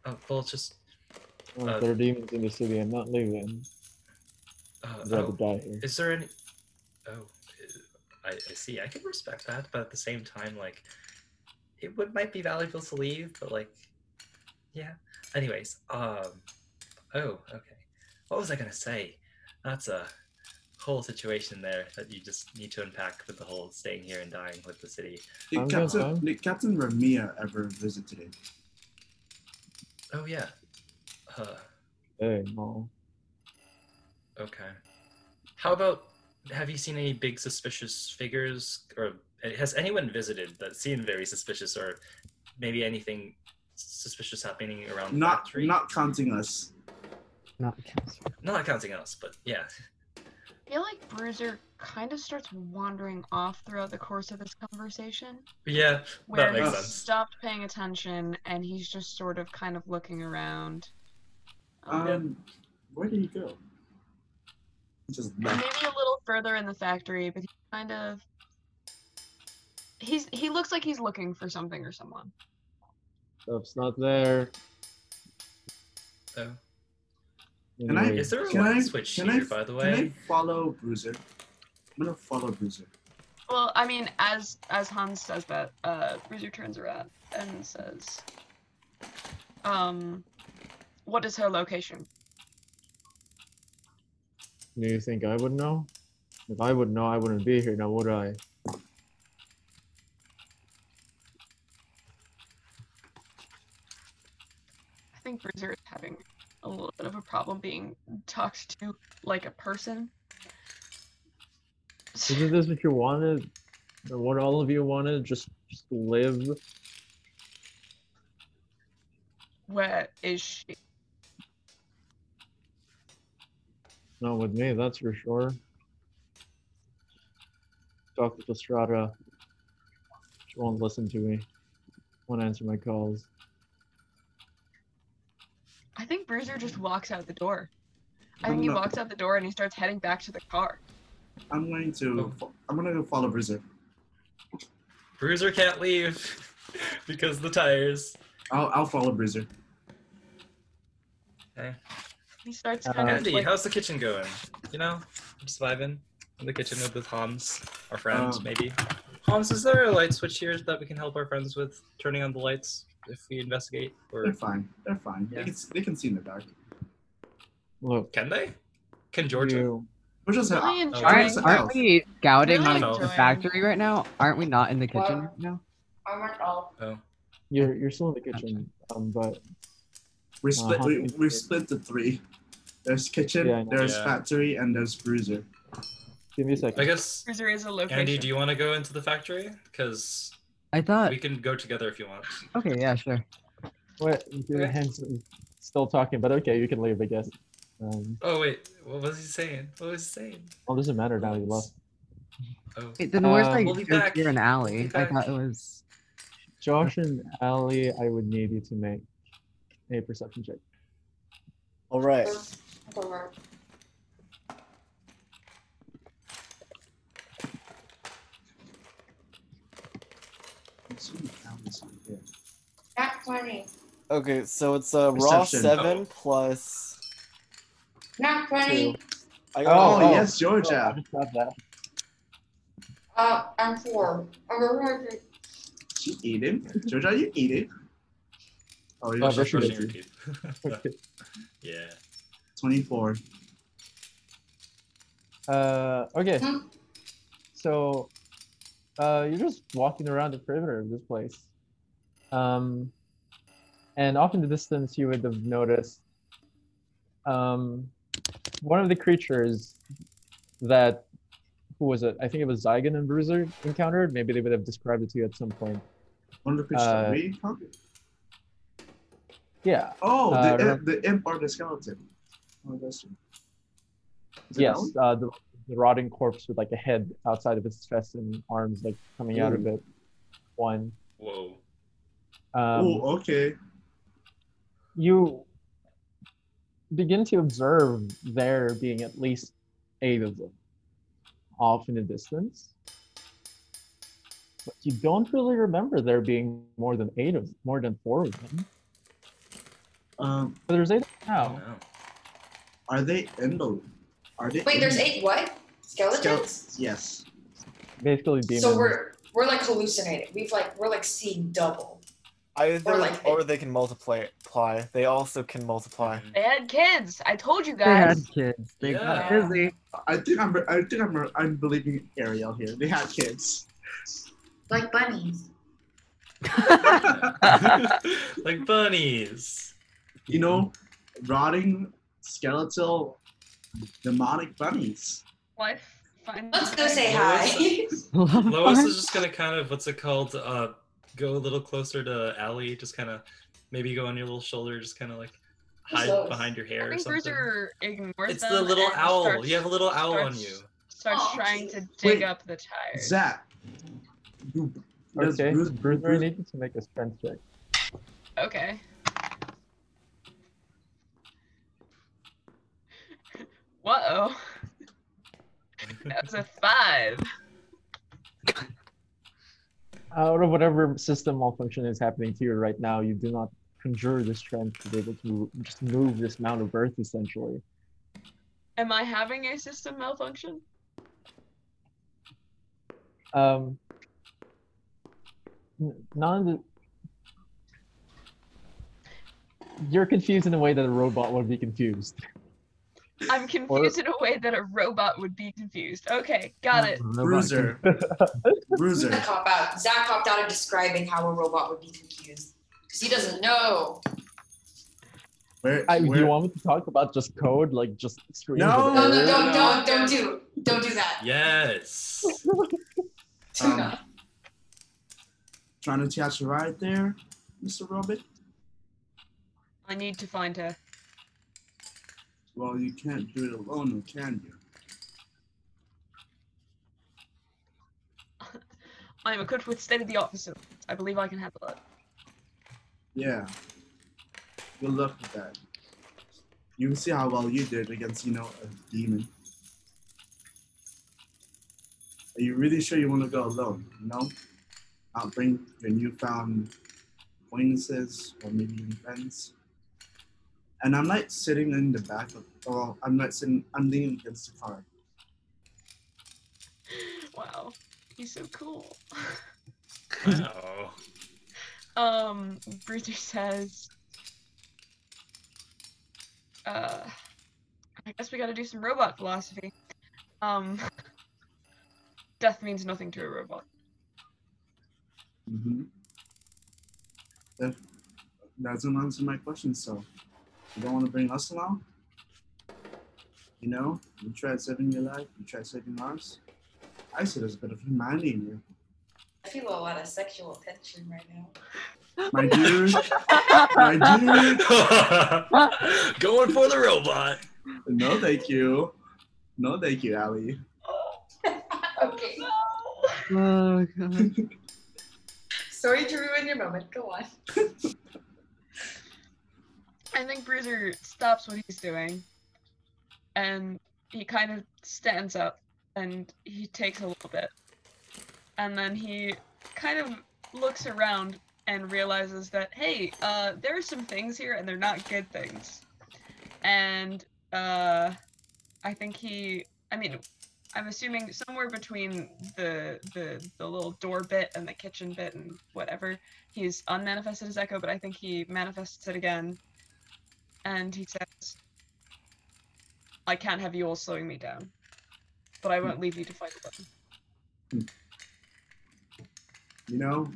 Oh, well just
if there are demons in the city. I'm not leaving.
uh,
I'd rather
oh,
die here.
is there any Oh, I, I see. I can respect that, but at the same time like it would might be valuable to leave, but like yeah. Anyways, um Oh, okay. What was I gonna say? That's a whole situation there that you just need to unpack with the whole staying here and dying with the city.
Did
I'm
Captain,
gonna-
did Captain Ramia ever visit today?
Oh yeah. Uh,
Hey, no.
okay. How about have you seen any big suspicious figures or eh, has anyone visited that seemed very suspicious or maybe anything suspicious happening around the
Not
factory?
not counting us.
Not counts.
not counting us, but yeah.
I feel like Bruiser kind of starts wandering off throughout the course of this conversation,
Yeah,
where
makes
he
sense.
stopped paying attention and he's just sort of kind of looking around. Um,
Um, where did he go? He Just
and
left.
maybe a little further in the factory, but he kind of he's he looks like he's looking for something or someone.
Stuff's not there.
Oh.
Can I-
Anyway,
Is there a
Can
light
I-
switch
can I-
here, by the
Can I
way?
follow Bruiser? I'm gonna follow Bruiser.
Well, I mean, as as Hans says that, uh, Bruiser turns around and says, "Um, what is her location?"
do you think I would know? If I would know, I wouldn't be here now, would I?
I think Bruiser is having a little bit of a problem being talked to like a person.
Isn't this what you wanted? Or What all of you wanted? Just, just live.
[LAUGHS] Where is she?
Not with me, that's for sure. Talk to Pastrada. She won't listen to me. Won't answer my calls.
I think Bruiser just walks out the door. I think he
No.
walks out the door and he starts heading back to the car.
I'm going
Oh.
to. fo- I'm gonna go follow Bruiser.
Bruiser can't leave [LAUGHS] because the tires.
I'll I'll follow Bruiser.
He starts
Uh,
kind of
Andy,
like,
how's the kitchen going? You know, I'm surviving in the kitchen with Hans, our friend,
Oh.
Um,
maybe. Hans, is there a light switch here that we can help our friends with turning on the lights if we investigate?
They're
Or
fine. They're fine.
Yeah.
They can s- they can see in the dark.
Look,
can they? Can Georgia?
you.
We're just
really
out.
Oh,
enjoying
Alright,
Aren't, aren't we scouting
Really
like
enjoying.
the factory right now? Aren't we not in the kitchen right now?
I weren't all.
Oh,
You're you're still in the kitchen, um, but
We're split.
Uh-huh.
We, we've split to three. There's kitchen.
Yeah, I know.
there's
Yeah.
factory, and there's Bruiser.
give me a
I
second.
guess.
Bruiser is a location.
Andy, do you want to go into the factory? Because
I thought.
we can go together if you want.
Okay, yeah, sure.
What? Your hands still talking, but okay, you can leave, I guess. Um,
Oh wait, what was he saying? What was he saying?
well, it doesn't matter now. You left.
Oh,
Wait, then where's
Um,
like
We'll be
Joe
back.
Kier and
We'll
Allie?
be
I
back.
thought it was.
Josh and Ali, I would need you to make a perception check.
All right.
So many counties
Oh,
right here.
Not 20.
Okay, so it's a raw
Perception.
seven plus
Not
two.
20.
I
Oh,
got a-
yes, Georgia.
I just got that.
Oh, Uh, I'm 4. I'm
You eat it. Georgia, you eat it. Oh, you're
Oh,
just
Richard.
brushing
brushing
your
your teeth.
teeth. [LAUGHS] yeah.
24.
Uh, okay.
Hmm.
So, uh, you're just walking around the perimeter of this place. Um, and off in the distance, you would have noticed um, one of the creatures that, who was it? I think it was Zygon and Bruiser encountered. Maybe they would have described it to you at some point.
On the picture.
Uh,
we found it.
Yeah.
Oh,
uh,
the, imp,
remember-
the imp or the skeleton. Oh, that's true. Is it that
Yes.
one?
Uh, the, the rotting corpse with like a head outside of its chest and arms like coming out of it. One.
Whoa.
Um,
oh, okay.
you begin to observe there being at least eight of them off in the distance. But you don't really remember there being more than eight of more than four of them.
Um,
But there's eight
Oh.
now.
No.
are they endo? Are they?
Wait, there's
endo-
eight what? Skeletons?
Yes.
Basically demons.
So we're we're like hallucinating. We've like we're like seeing double.
Either
Or like-
or they can multiply. Ply. They also can multiply.
They had kids. I told you
They had
guys.
kids. They
Ah.
got
Yeah.
busy.
I think I'm. I think I'm. I'm believing Ariel here. They had kids.
Like bunnies.
[LAUGHS] like bunnies.
you know, rotting skeletal demonic bunnies.
Life. Fun.
Let's go say
Lois-
hi. [LAUGHS]
Lois is just gonna kind of what's it called? Uh, go a little closer to Allie. Just kind of maybe go on your little shoulder. Just kind of like
Who's
hide
Lois?
behind your
I
hair or
think
something.
Bruiser ignores
It's
them
the little
and
owl.
starts-
you have a little owl on you.
starts- Starts
Aw.
trying to dig
Wait.
up the tires.
Zach. you- does
okay.
Bruce-
Bruce,
Bruce-
needed to make a strength check.
Okay. Whoa. That was a five.
Out of whatever system malfunction is happening to you right now, you do not conjure the strength to be able to just move this mound of earth essentially.
Am I having a system malfunction?
Um, n- none of the. You're confused in a way that a robot would be confused.
I'm confused in a way that a robot would be confused. Okay, got it.
Robot
Bruiser.
A
Bruiser.
cop out. Zach copped out of describing how a robot would be confused. Because he doesn't know.
Where,
I, do
where,
you want me to talk about just code, like just screens? of
No,
No, no,
error?
don't, don't, don't do. Don't do [LAUGHS] that.
Yes.
Do
Um,
not.
trying to catch a ride there, Mr. Robin?
I need to find her.
Well, you can't do it alone, can you?
I am equipped with state of the art facilities. I believe I can handle it.
Yeah. Good luck with that. You see how well you did against, you know, a demon. Are you really sure you want to go alone? No? I'll bring your newfound acquaintances or maybe even friends. And I'm not sitting in the back of, or I'm not sitting, I'm leaning against the car.
Wow, he's so cool. [LAUGHS]
Wow.
Um, Bruiser says, uh, I guess we gotta do some robot philosophy. Um, [LAUGHS] death means nothing to a robot.
Mm-hmm. That doesn't answer my question, so you don't want to bring us along? You know, you tried saving your life, you tried saving ours. I see there's a bit of humanity in you.
I feel a lot of sexual tension right now.
My dude, my dude.
[LAUGHS] Going for the robot.
No, thank you. No, thank you, Ali.
Okay.
Oh god.
Sorry to ruin your moment. Go on.
I think Bruiser stops what he's doing, and he kind of stands up and he takes a little bit, and then he kind of looks around and realizes that hey, uh, there are some things here and they're not good things, and uh, I think he, I mean, I I'm assuming somewhere between the the the little door bit and the kitchen bit and whatever. He's unmanifested his echo, but I think he manifests it again. And he says, "I can't have you all slowing me down, but I won't leave you to fight alone."
You know,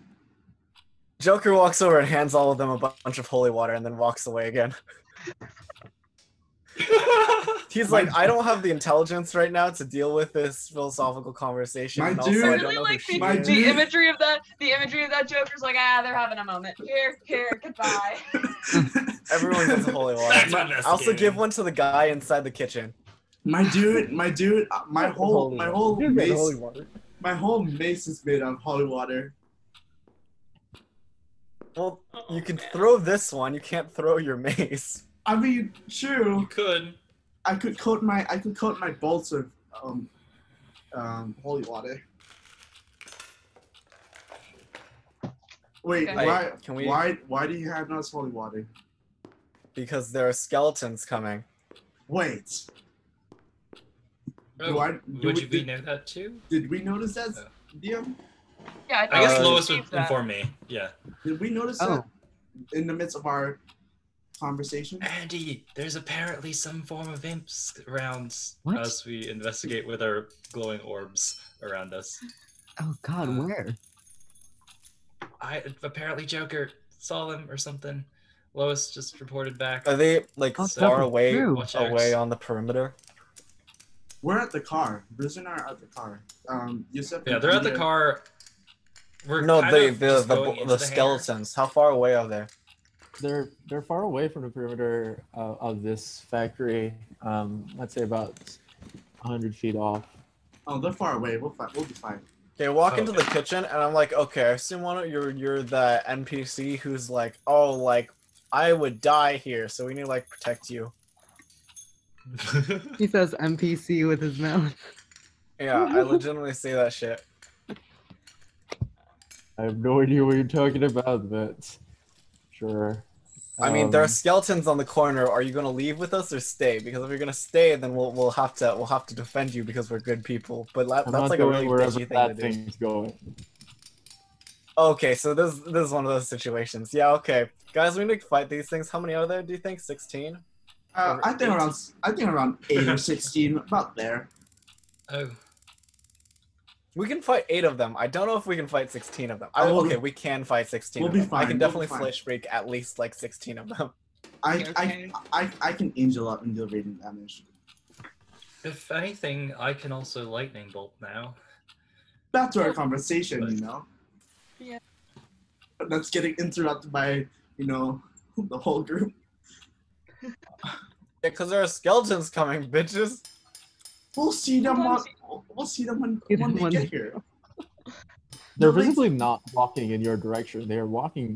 Joker walks over and hands all of them a bu- bunch of holy water and then walks away again. He's like, I don't have the intelligence right now to deal with this philosophical conversation.
My
and also,
dude-
I
I
don't
really
know who
like
she
the,
My
is."
the
dude.
imagery of that. The imagery of that Joker's like, ah, they're having a moment. Here, here, goodbye.
[LAUGHS]
[LAUGHS]
Everyone gets a holy water.
That's
I also
investigating.
give one to the guy inside the kitchen.
my dude, my dude, uh, my whole, my whole
You're good,
mace,
holy water.
my whole mace is made out of holy water.
Well,
Oh,
you can
man.
throw this one. You can't throw your [LAUGHS] mace.
I mean,
You
true.
could.
I could coat my, I could coat my bolts with um, um, holy water. Wait,
Okay.
why,
Can we-
why, why do you have us holy water?
because there are skeletons coming.
Wait,
Oh,
Do I- do
would
we-
you be
do-
know that too?
did we notice that, DM?
Yeah,
I guess
Uh,
Lois would
received that.
inform me. Yeah.
Did we notice
Oh.
that in the midst of our conversation?
Andy, there's apparently some form of imps around
What?
as we investigate with our glowing orbs around us. Uh,
Oh God, where?
I apparently Joker saw them or something. Lois just reported back.
Are they like
Oh,
far
that's
away,
true.
Watch out.
away on the perimeter?
We're at the car. Bruce and I are at the car. Um, Yusuf.
Yeah, they're at the
Anita-
car. We're
no,
kind
they
of
the
just
the,
going
the,
into hangar.
skeletons. How far away are they?
They're they're far away from the perimeter uh, of this factory. Um, let's say about 100 feet off.
Oh, they're far away. We'll fi- We'll be fine.
Okay, walk
Oh,
into the kitchen, and I'm like, okay, I assume one of you're you're the NPC who's like, oh, like I would die here, so we need to like protect you.
He says MPC with his mouth.
Yeah,
[LAUGHS]
I legitimately say that shit.
I have no idea what you're talking about, but sure.
I mean, there are
Um,
skeletons on the corner. Are you gonna leave with us or stay? Because if you're gonna stay, then we'll we'll have to we'll have to defend you because we're good people. But la- that's
I'm not
like a
going
really
wherever
bitchy thing to
that
do.
thing's going.
Okay, so this this is one of those situations. Yeah, okay. Guys, we need to fight these things. How many are there, do you think? 16?
Uh, I think
Eight.
around. s- I think around eight or sixteen, about there.
[LAUGHS] oh,
We can fight 8 of them. I don't know if we can fight 16 of them. I,
Oh,
okay,
we-
we can fight 16
we'll
of
be
them. I
fine,
can
we'll
definitely
be fine.
flash break at least like 16 of them. [LAUGHS]
I
Okay, okay.
I, I I can angel up and deal radiant damage.
if anything, I can also lightning bolt now.
Back to our conversation, you know.
Yeah.
But that's getting interrupted by you know [LAUGHS] the whole group.
Yeah, because there are skeletons coming, bitches.
We'll see them on.
Sometimes-
We'll see them when
See them
when they
when-
get here.
They're
Nobody's-
visibly not walking in your direction. They are walking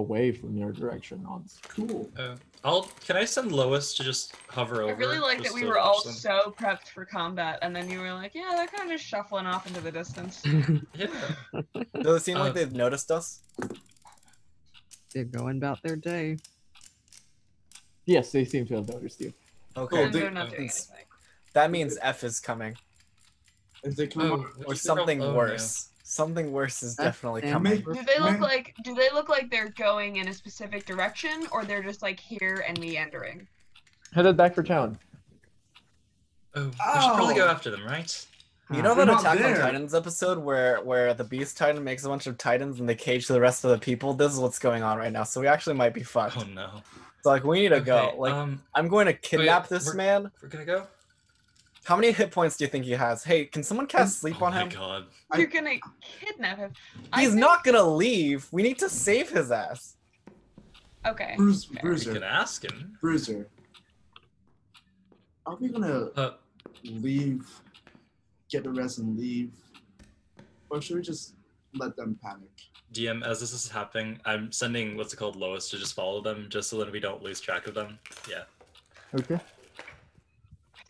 away from your direction. Honestly.
Cool.
Oh, I'll. Can I send Lois to just hover
I
over?
really like that
just
we
to
were
watch
all
them?
so prepped for combat, and then you were like, "Yeah, they're kind of just shuffling off into the
[LAUGHS]
distance."
Yeah.
Does it seem like
Uh,
they've noticed us?
They're going about their day.
Yes, they seem to have noticed you.
Okay.
and
they-
they're not doing
it's-
anything.
That means F is coming.
If they come
Oh,
up,
which
Or
is the real-
something
oh, no.
worse. Something worse is
F
definitely
and
coming.
Make-
Do they look
Man.
like do they look like they're going in a specific direction or they're just like here and meandering?
Headed back for town.
Oh, we should probably
Ow.
go after them, right?
You know
They're
that
not
Attack on
there.
Titans episode where where the Beast Titan makes a bunch of Titans and they cage the rest of the people? This is what's going on right now. So we actually might be fucked.
Oh no.
So like we need to go.
Okay,
Like
um,
I'm going to kidnap
wait,
this
we're-
man.
we're gonna go.
How many hit points do you think he has? Hey, can someone cast sleep
oh
on
my
him?
god.
I-
You're gonna kidnap him. I
He's
think-
not gonna leave. We need to save his ass.
Okay.
Bruise,
We can
bruiser,
ask him.
bruiser. Are we gonna
Uh,
leave, get the rest and leave, or should we just let them panic?
DM, as this is happening, I'm sending what's it called, Lois, to just follow them, just so that we don't lose track of them. Yeah.
Okay.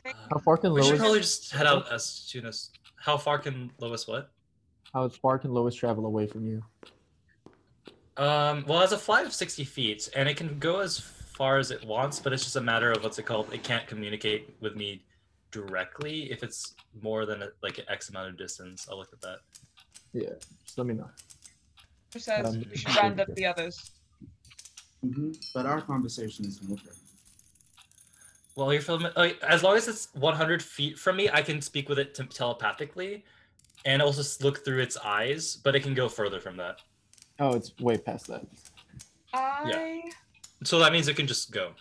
Uh,
How far can
we should
Lois?
probably just head out as soon as. How far can Lois what?
How far can Lois travel away from you?
Um, well, it has a flight of 60 feet, and it can go as far as it wants, but it's just a matter of what's it called? It can't communicate with me directly if it's more than like X amount of distance. I'll look at that.
Just let me know.
Who says
Um,
we should round up the others?
hmm But our conversation is over.
Well, you're filming. Like, as long as it's 100 feet from me, I can speak with it t- telepathically, and also s- look through its eyes. But it can go further from that.
Oh, it's way past that.
I
So that means it can just go.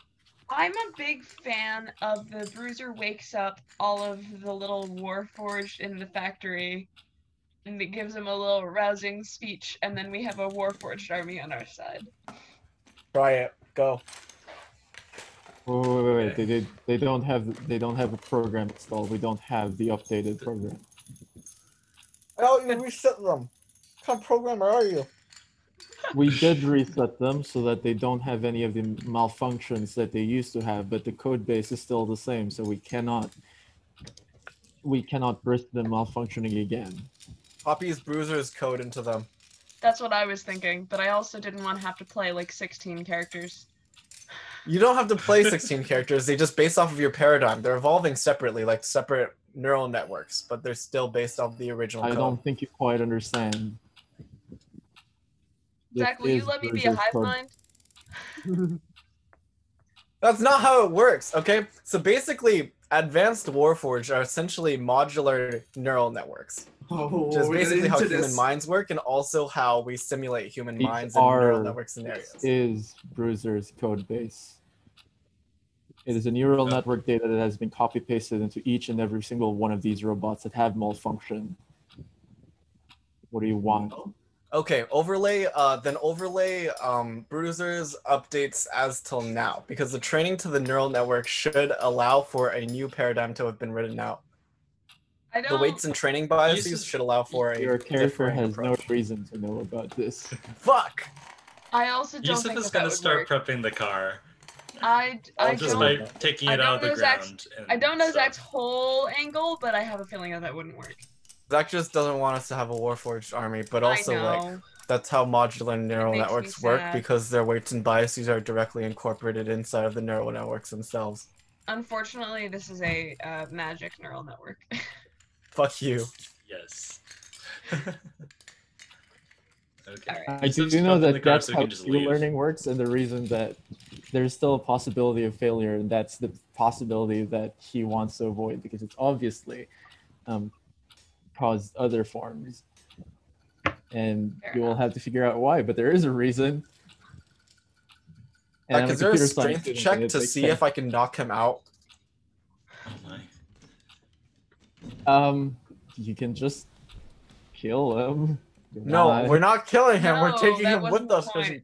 I'm a big fan of the Bruiser wakes up all of the little Warforged in the factory, and it gives him a little rousing speech, and then we have a Warforged army on our side.
Try it. Go.
Wait, wait, wait, wait.
Okay.
They, did, they don't have they don't have the program installed. We don't have the updated program.
Oh, you reset them. What kind of programmer are you?
We did reset them so that they don't have any of the malfunctions that they used to have, but the code base is still the same, so we cannot we cannot risk them malfunctioning again.
Poppy's bruiser's code into them.
That's what I was thinking, but I also didn't want to have to play like 16 characters.
You don't have to play 16 [LAUGHS] characters. They just based off of your paradigm. They're evolving separately, like separate neural networks, but they're still based off the original
I
code.
don't think you quite understand. This
Zach, will you
is
let me be a
Berserk
hive
code.
mind?
That's not how it works, okay? So basically, advanced Warforged are essentially modular neural networks.
Oh,
Which is
we're
basically how
into
human
this.
minds work and also how we simulate human
These
minds and neural
are-
network scenarios.
is Bruiser's code base. It is a neural network data that has been copy pasted into each and every single one of these robots that have malfunction. What do you want?
Okay, overlay, uh, then overlay um, Bruiser's updates as till now, because the training to the neural network should allow for a new paradigm to have been written out.
I
The
don't.
weights and training biases
Uses-
should allow for a
Your character
differing
has
approach.
no reason to know about
[LAUGHS]
this.
Fuck!
I also don't
Yusuf
think
is
that, that
gonna
would
start
work.
prepping the car.
I, I
just
don't.
by taking
I
it out of
don't
the
know Zach's-
ground. and
I don't know
stuff.
Zach's whole angle, but I have a feeling that that wouldn't work.
Zach just doesn't want us to have a Warforged army, but also
I know.
like that's how modular neural
makes me
networks work
sad.
because their weights and biases are directly incorporated inside of the neural networks themselves.
Unfortunately, this is a uh, magic neural network. [LAUGHS]
Fuck you.
Yes. [LAUGHS] okay.
Alright.
I do
Yusuf's
know
prepping the
that
car
that's
so we
how
can just leave.
learning works, and the reason that there's still a possibility of failure, and that's the possibility that he wants to avoid because it's obviously um, caused other forms. And
Fair
you will
enough.
have to figure out why, but there is a reason. And I'm
Like,
a
Uh, is there a
computer
strength
science student,
check
and it's
to
like,
see if I can knock him out?
Oh my.
um you can just kill him.
[LAUGHS] No,
Why?
we're not killing him. we're
No,
taking
that
him
wasn't
with
the
us because he
point.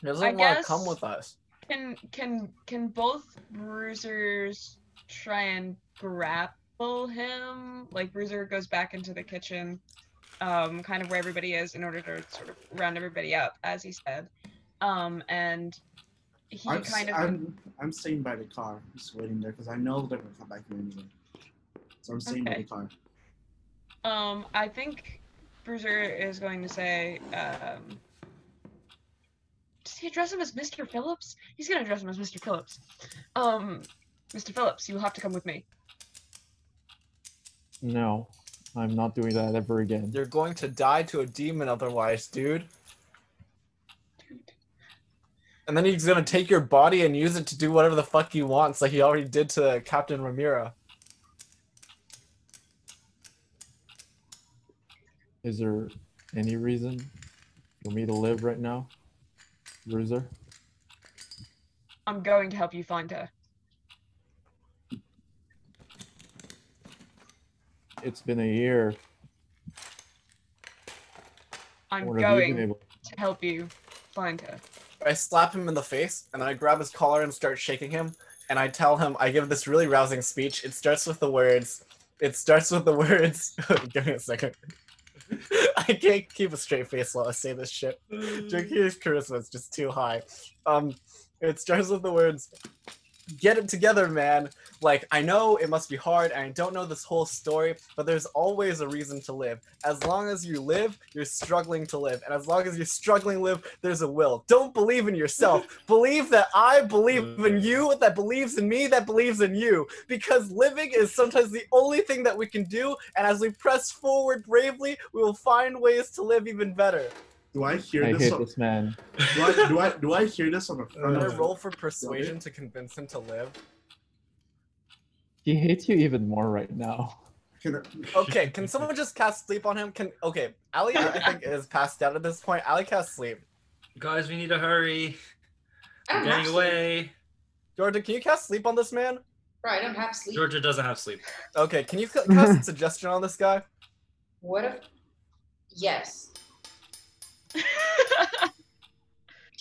he doesn't
I
want to come
guess-
with us.
Can can can both bruisers try and grapple him? Like Bruiser goes back into the kitchen, um, kind of where everybody is, in order to sort of round everybody up, as he said. Um, and he
I'm,
kind of
I'm, I'm staying by the car, just waiting there, because I know they're gonna come back here anyway. So I'm staying by
Okay.
the car.
Um, I think Bruiser is going to say, um, does he address him as Mr. Phillips? He's gonna address him as Mr. Phillips. Um, Mr. Phillips, you will have to come with me.
No, I'm not doing that ever again.
You're going to die to a demon otherwise, dude. And then he's gonna take your body and use it to do whatever the fuck he wants, like he already did to Captain Ramira.
Is there any reason for me to live right now, Bruiser?
I'm going to help you find her.
It's been a year.
I'm
What have you
going
been able?
to help you find
[LAUGHS]
her.
I slap him in the face, and then I grab his collar and start shaking him. And I tell him, I give this really rousing speech. It starts with the words, it starts with the [LAUGHS] words. give me a second. [LAUGHS] I can't keep a straight face while I say this shit. Jake's charisma is just too high. Um, it starts with the words, get it together, man. Like, I know it must be hard, and I don't know this whole story, but there's always a reason to live. As long as you live, you're struggling to live. And as long as you're struggling to live, there's a will. Don't believe in yourself. believe that I believe in you, that believes in me, that believes in you. Because living is sometimes the only thing that we can do, and as we press forward bravely, we will find ways to live even better.
Do I hear
I
this?
hate
on,
this man.
Do, I, do I do I hear this on the front?
Another
of
Uh, roll for persuasion to convince him to live.
He hates you even more right now.
Can I-
Okay, can someone just cast sleep on him? Can okay, Ali I think is passed out at this point. Ali cast sleep.
Guys, we need to hurry.
I
We're
don't have
getting
sleep.
away.
Georgia, can you cast sleep on this man?
Right, I don't have sleep.
Georgia doesn't have sleep.
Okay, can you ca- cast suggestion on this guy?
What if? Yes.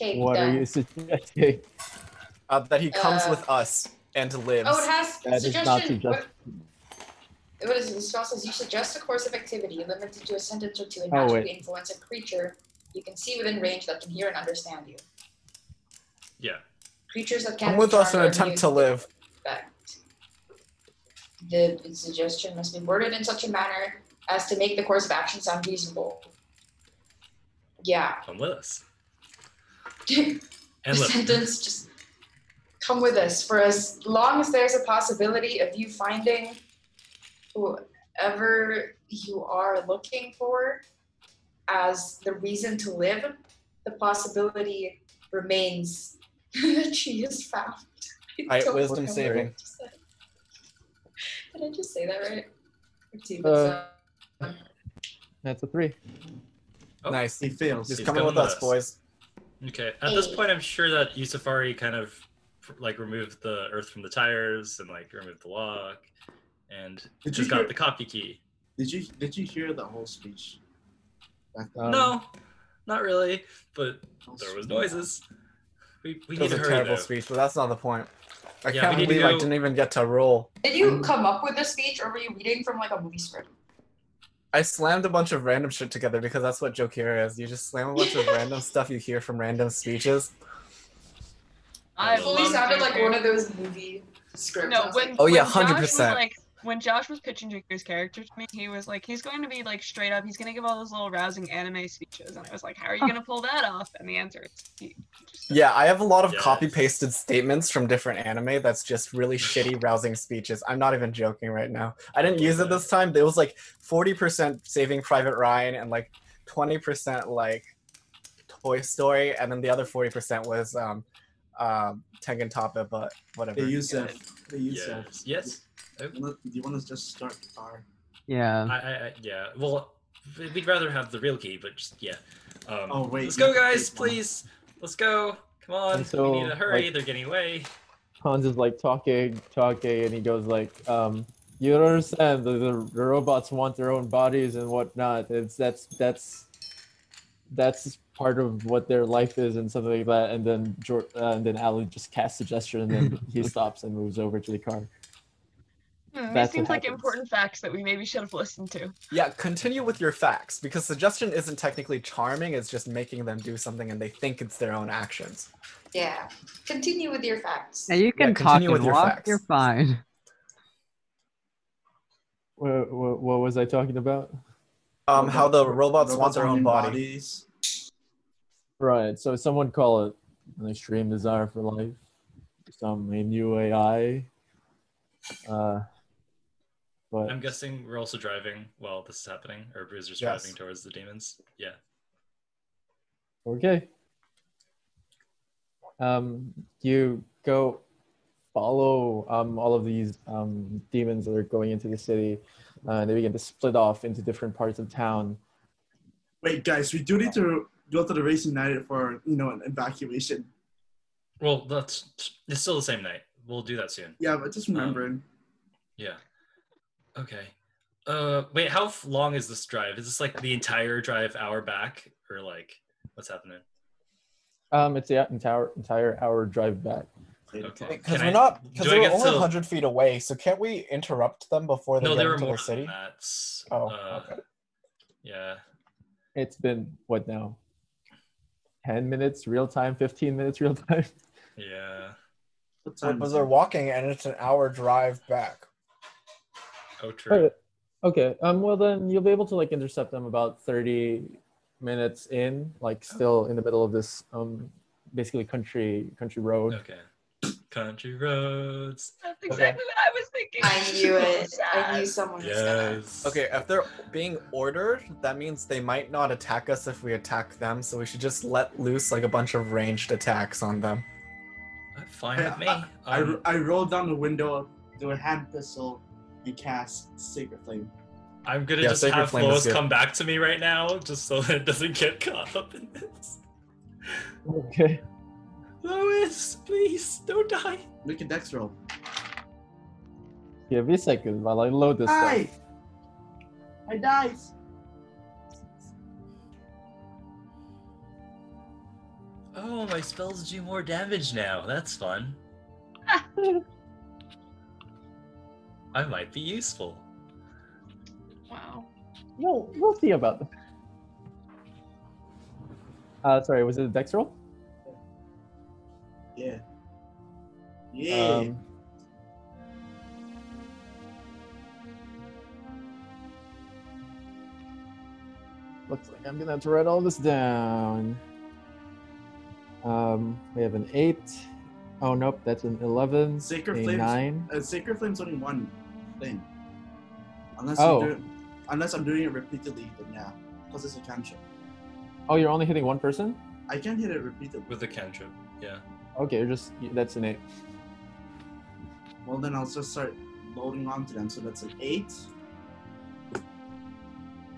Okay.
What are
done.
you suggesting? [LAUGHS]
Uh, that he comes
Uh,
with us and lives.
Oh, it has
That is not
suggestion. What,
suggestion.
what is it? The spell says you suggest a course of activity limited to a sentence or two and
Oh,
magically
wait.
influence a creature you can see within range that can hear and understand you.
Yeah.
Creatures that can't
Come with
be
us and
charmed or
attempt
immune
to live.
effect. The suggestion must be worded in such a manner as to make the course of action sound reasonable. Yeah. [LAUGHS]
Come with us.
the [LAUGHS]
And live.
sentence just come with us for as long as there's a possibility of you finding whoever you are looking for as the reason to live the possibility remains [LAUGHS] that she is found
All right,
don't
wisdom
know what
saving.
I just said. did i just say that right Let's see,
Uh, That's a three.
Oh.
Nice.
he fails.
Just
He's
coming
coming
with
with
us,
us.
boys.
Okay. At this
Hey.
point, I'm sure that Yusufari kind of like removed the earth from the tires and like removed the lock, and
Did you
just got
hear-
the copy key.
Did you did you hear the whole speech? That-
Um,
no, not really. But
that
there was noises. We we
It
need
was
to
a
hurry
terrible
though.
speech, but that's not the point. I
Yeah,
can't
we need to
believe I
go-
didn't even get to roll.
did you come up with this speech or were you reading from like a movie script
I slammed a bunch of random shit together because that's what Jokira is. You just slam a bunch of random stuff you hear from random speeches.
I
It fully
love
sounded like
Joker.
one of those movie scripts. I
No,
was
when
like,
Oh, yeah,
when Josh was,
100%.
Like when Josh was pitching Joker's character to me, he was like, he's going to be like straight up. He's going to give all those little rousing anime speeches, and I was like, how are you going to pull that off? And the answer is, he just said,
Yeah, I have a lot of
Yeah.
copy pasted statements from different anime that's just really shitty, rousing speeches. I'm not even joking right now. I didn't use it this time. There was like 40% Saving Private Ryan and like 20% like Toy Story, and then the other 40% was um, um, Tengen Toppa, but whatever.
Hey
uh,
Yusuf. Hey Yusuf.
Yes. Yes.
Do you wanna- do you want to just start the car?
I,
Yeah.
I, I yeah. Well, we'd rather have the real key, but just yeah. Um,
Oh, wait,
Let's
you
go,
can
guys!
take one.
Please, let's go. Come on.
And so,
we need to hurry.
like-
They're getting away.
Hans is like talking, talking, and he goes like, um, "You don't understand. The, the, the robots want their own bodies and whatnot. It's that's that's that's part of what their life is and something like that." And then Jor- uh, and then Ali just casts suggestion, and then
[LAUGHS]
he stops and moves over to the car.
hmm,
That's
these
what
seems like
happens.
important facts that we maybe should have listened to. [LAUGHS]
Yeah, continue with your facts because suggestion isn't technically charming, it's just making them do something and they think it's their own actions.
yeah. Continue with your facts.
Yeah, you can talk
continue
and
with your
walk.
facts.
You're fine.
What, what, what was I talking about?
Um, how the robots, want
Robots
their
own
own body.
bodies.
Right. So someone call it an extreme desire for life. Some a new AI. Uh, but
I'm guessing we're also driving while this is happening, or Bruiser's
Yes.
driving towards the demons. Yeah.
Okay. Um, you go follow um, all of these um, demons that are going into the city, uh, and they begin to split off into different parts of town.
Wait, guys, we do need to go to the race united for you know an evacuation.
Well, that's it's still the same night. We'll do that soon.
Yeah, but just remembering.
Yeah. Okay. Uh, wait. How f- long is this drive? Is this like the entire drive hour back, or like what's happening?
Um, it's the entire entire hour drive back.
Okay.
Because
Can
we're
I-
not because
do I
they were
get
only
to-
100 feet away, so can't we interrupt them before they
No,
get
there were
into
more
the city?
than that. S-
Oh,
uh,
okay.
Yeah.
It's been what now? Ten minutes real time, fifteen minutes real time.
Yeah.
What time
Because
is
they're
it?
walking and it's an hour drive back.
Oh, true.
Alright. [LAUGHS] Okay. Um. Well, then you'll be able to like intercept them about thirty minutes in, like still in the middle of this um, basically country country road. [LAUGHS]
Okay. Country roads.
That's exactly what I was thinking. [LAUGHS]
I knew it. I knew
Sad.
someone was gonna.
Yes.
Okay, if they're being ordered, that means they might not attack us if we attack them, so we should just let loose like a bunch of ranged attacks on them.
Fine
I-
with me.
I,
Um,
I rolled down the window to a hand pistol and cast Sacred Flame.
I'm gonna
Yeah,
just
Sacred
have
Flame is
Flores
good.
come back to me right now, just so [LAUGHS] that it doesn't get caught up in this.
Okay.
Lois, please don't die.
Make a dex roll.
Give me a second while I load this. stuff.
Hi! I died!
Oh, my spells do more damage now. That's
[LAUGHS]
fun. I might be useful.
Wow.
We'll we'll see about that. Uh, sorry, was it a dex roll?
Yeah. Yeah.
Um, looks like I'm gonna have to write all this down. Um, we have an eight. Oh nope, that's an eleven.
Sacred
a
flames.
nine.
uh, Sacred Flame's only one thing. Unless,
Oh.
I'm doing, unless I'm doing it repeatedly, then yeah. Because it's a cantrip.
Oh, you're only hitting one person.
I can hit it repeatedly.
With the cantrip, yeah.
Okay, you're just that's an eight.
Well, then I'll just start loading onto them. So that's an 8.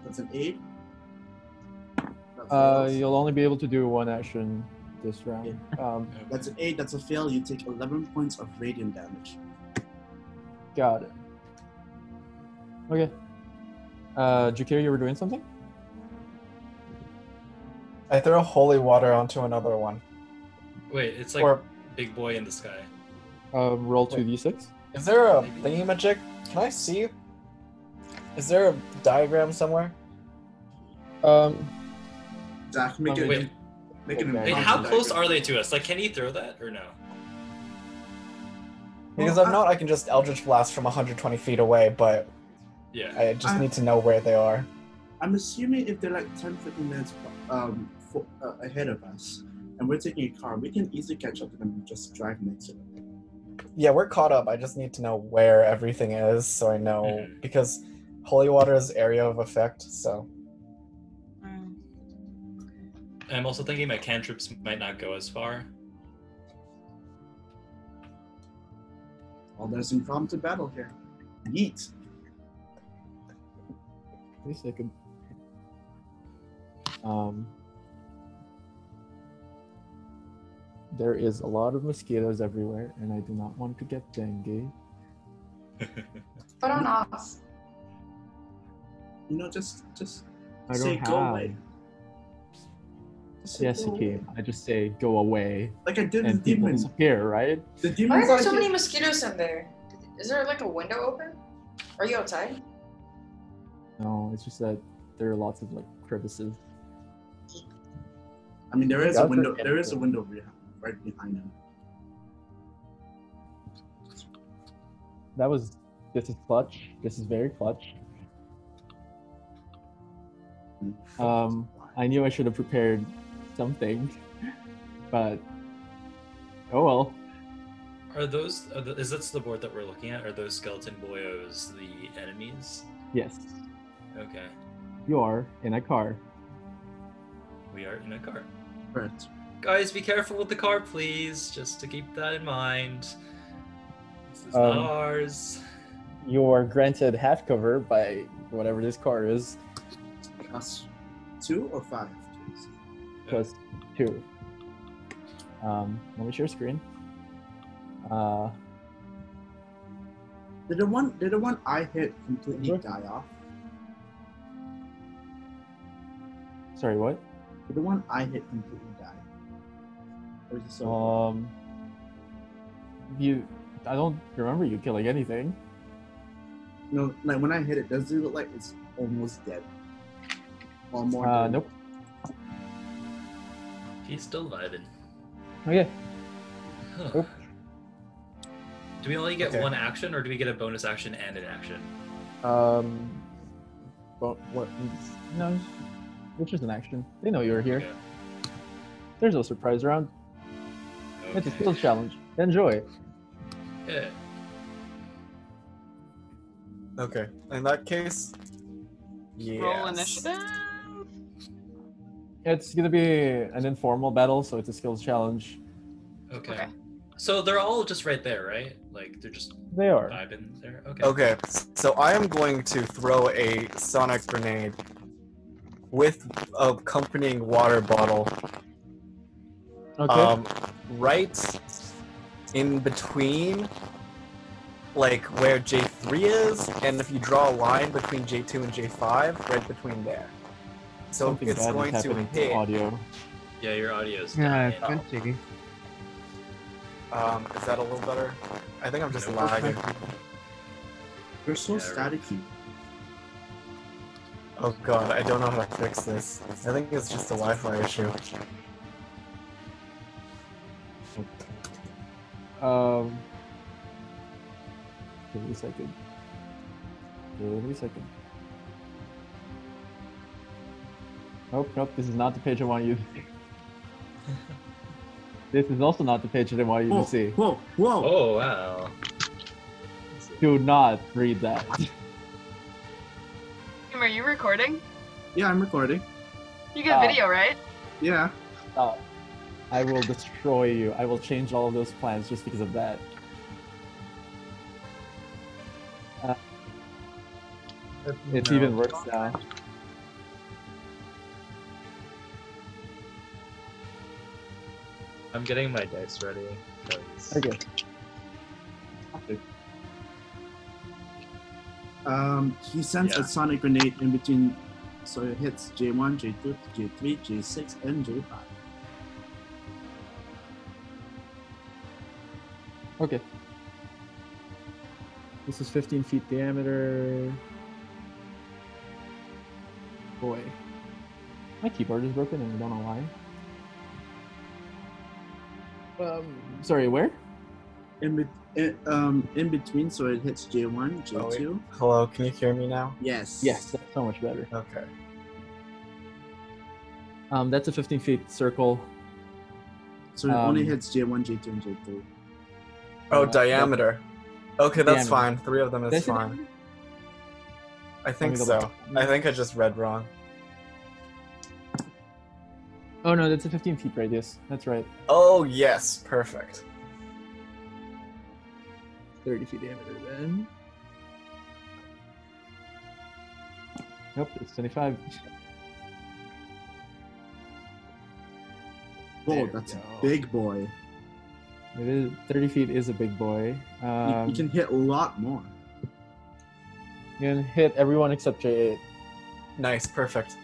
That's an 8. That
Uh,
fails.
you'll only be able to do one action this round. [LAUGHS] Um,
That's an 8. That's a fail. You take 11 points of radiant damage.
Got it. Okay. Uh, Jakir, you were doing something?
I throw holy water onto another one.
Wait, it's like
or
Big Boy in the Sky.
Um, roll 2d6.
is there a thingy magic? Can I see? Is there a diagram somewhere?
Um,
Zach, make
Okay.
it.
Wait,
Make an
oh, Okay.
wait,
Hey,
impromptu
how close
diagram.
are they to us? Like, can he throw that or no?
Because
Well,
if
I-
not, I can just Eldritch Blast from 120 feet away, but
Yeah.
I just
I-
need to know where they are.
I'm assuming if they're like 10, 15 minutes um, for, uh, ahead of us, and we're taking a car, we can easily catch up to them and just drive next to them.
Yeah, we're caught up. I just need to know where everything is so I know.
Mm-hmm.
Mhm.
Because holy water is area of effect, so.
I'm also thinking my cantrips might not go as far.
Well, there's impromptu battle here. Yeet.
wait a second. Um, there is a lot of mosquitoes everywhere, and I do not want to get dengue.
Put on off.
You know, just, just,
I
Say,
don't
"Go
have.
away." just say
Yes,
go
you
away.
can. I just say go away,
Like I did
and
with
people
demons.
disappear, right?
The
Why
demons
are there
like
so
it-
many mosquitoes in there? Is there like a window open? Are you outside?
No, it's just that there are lots of like crevices.
I mean, there is a
That's
window.
okay.
There is a window re- right behind them.
That was. This is clutch. This is very clutch. Um, I knew I should have prepared something, [LAUGHS] but oh well.
Are those? Are the, is this the board that we're looking at? Are those skeleton boyos the enemies?
Yes,
Okay,
you are in a car.
we are in a car.
Correct.
Guys, be careful with the car, please. Just to keep that in mind. This is not
Um,
ours.
You are granted half cover by whatever this car is,
Plus two or five. please?
plus two. Um, let me share screen. Uh,
Did the one? Did the one I hit completely
Sure.
die off?
sorry, what?
Did the one I hit completely die? Or is it so?
Um, you. I don't remember you killing anything.
No, like when I hit it, does it look like it's almost dead? Or more?
Uh,
dead?
nope.
He's still vibing.
Okay.
Huh.
Nope.
Do we only get
Okay.
one action, or do we get a bonus action and an action?
Um, but what? No, which is an action. They know Oh, you're here.
Okay.
There's no surprise round. It's a
Okay.
skill challenge. Enjoy.
Yeah.
Okay. In that case, yes.
Roll initiative.
It's gonna be an informal battle, so it's a skills challenge.
Okay.
Okay.
So they're all just right there, right? Like they're just
They are.
vibing there. Okay.
Okay, so I am going to throw a sonic grenade with accompanying water bottle
Okay.
um, right in between like where J3 is, and if you draw a line between J2 and J5, right between there. So
Something
it's
bad is
going to
happening to
hit.
audio.
Yeah, your audio's
Yeah,
dying.
it's good
Um, is that a little better? I think I'm just
Nope.
lagging.
You're so
Yeah, right.
staticky.
Oh god, I don't know how to fix this. I think it's just a Wi-Fi issue.
Um, give me a second. Give me a second. Nope, nope. This is not the page I want you. this is also not the page that I want you
Whoa,
to see.
whoa, whoa.
Oh wow.
Do not read that.
Kim, are you recording?
Yeah, I'm recording.
You get
Ah.
video, right?
Yeah.
Stop. I will destroy you. I will change all of those plans just because of that. Uh, it's even worse now.
I'm getting my dice ready. 'cause-
Okay.
Um, he sends
Yeah.
a sonic grenade in between, so it hits J1, J2, J3, J6, and J5.
Okay. This is 15 feet diameter. Boy. My keyboard is broken and I don't know why. Um, sorry, where?
In, bet in, um, in between, so it hits J1,
Oh, wait.
J2.
Hello, can you hear me now?
Yes.
Yes, that's so much better.
Okay.
Um, that's a 15 feet circle.
So it only
Um,
hits J1, J2, and J3.
Oh,
Uh,
diameter. Okay, that's
Diameter.
fine. Three of them
Did I
is
say
fine. I think
Let me go
so.
back.
I think I just read wrong.
Oh no, that's a 15 feet radius. That's right.
Oh yes, perfect.
30 feet diameter then. Nope, it's 25.
Whoa,
There
that's
we
a
go.
big boy.
It is 30 feet is a big boy.
You-
Um,
you can hit a lot more.
You can hit everyone except J8.
Nice, perfect.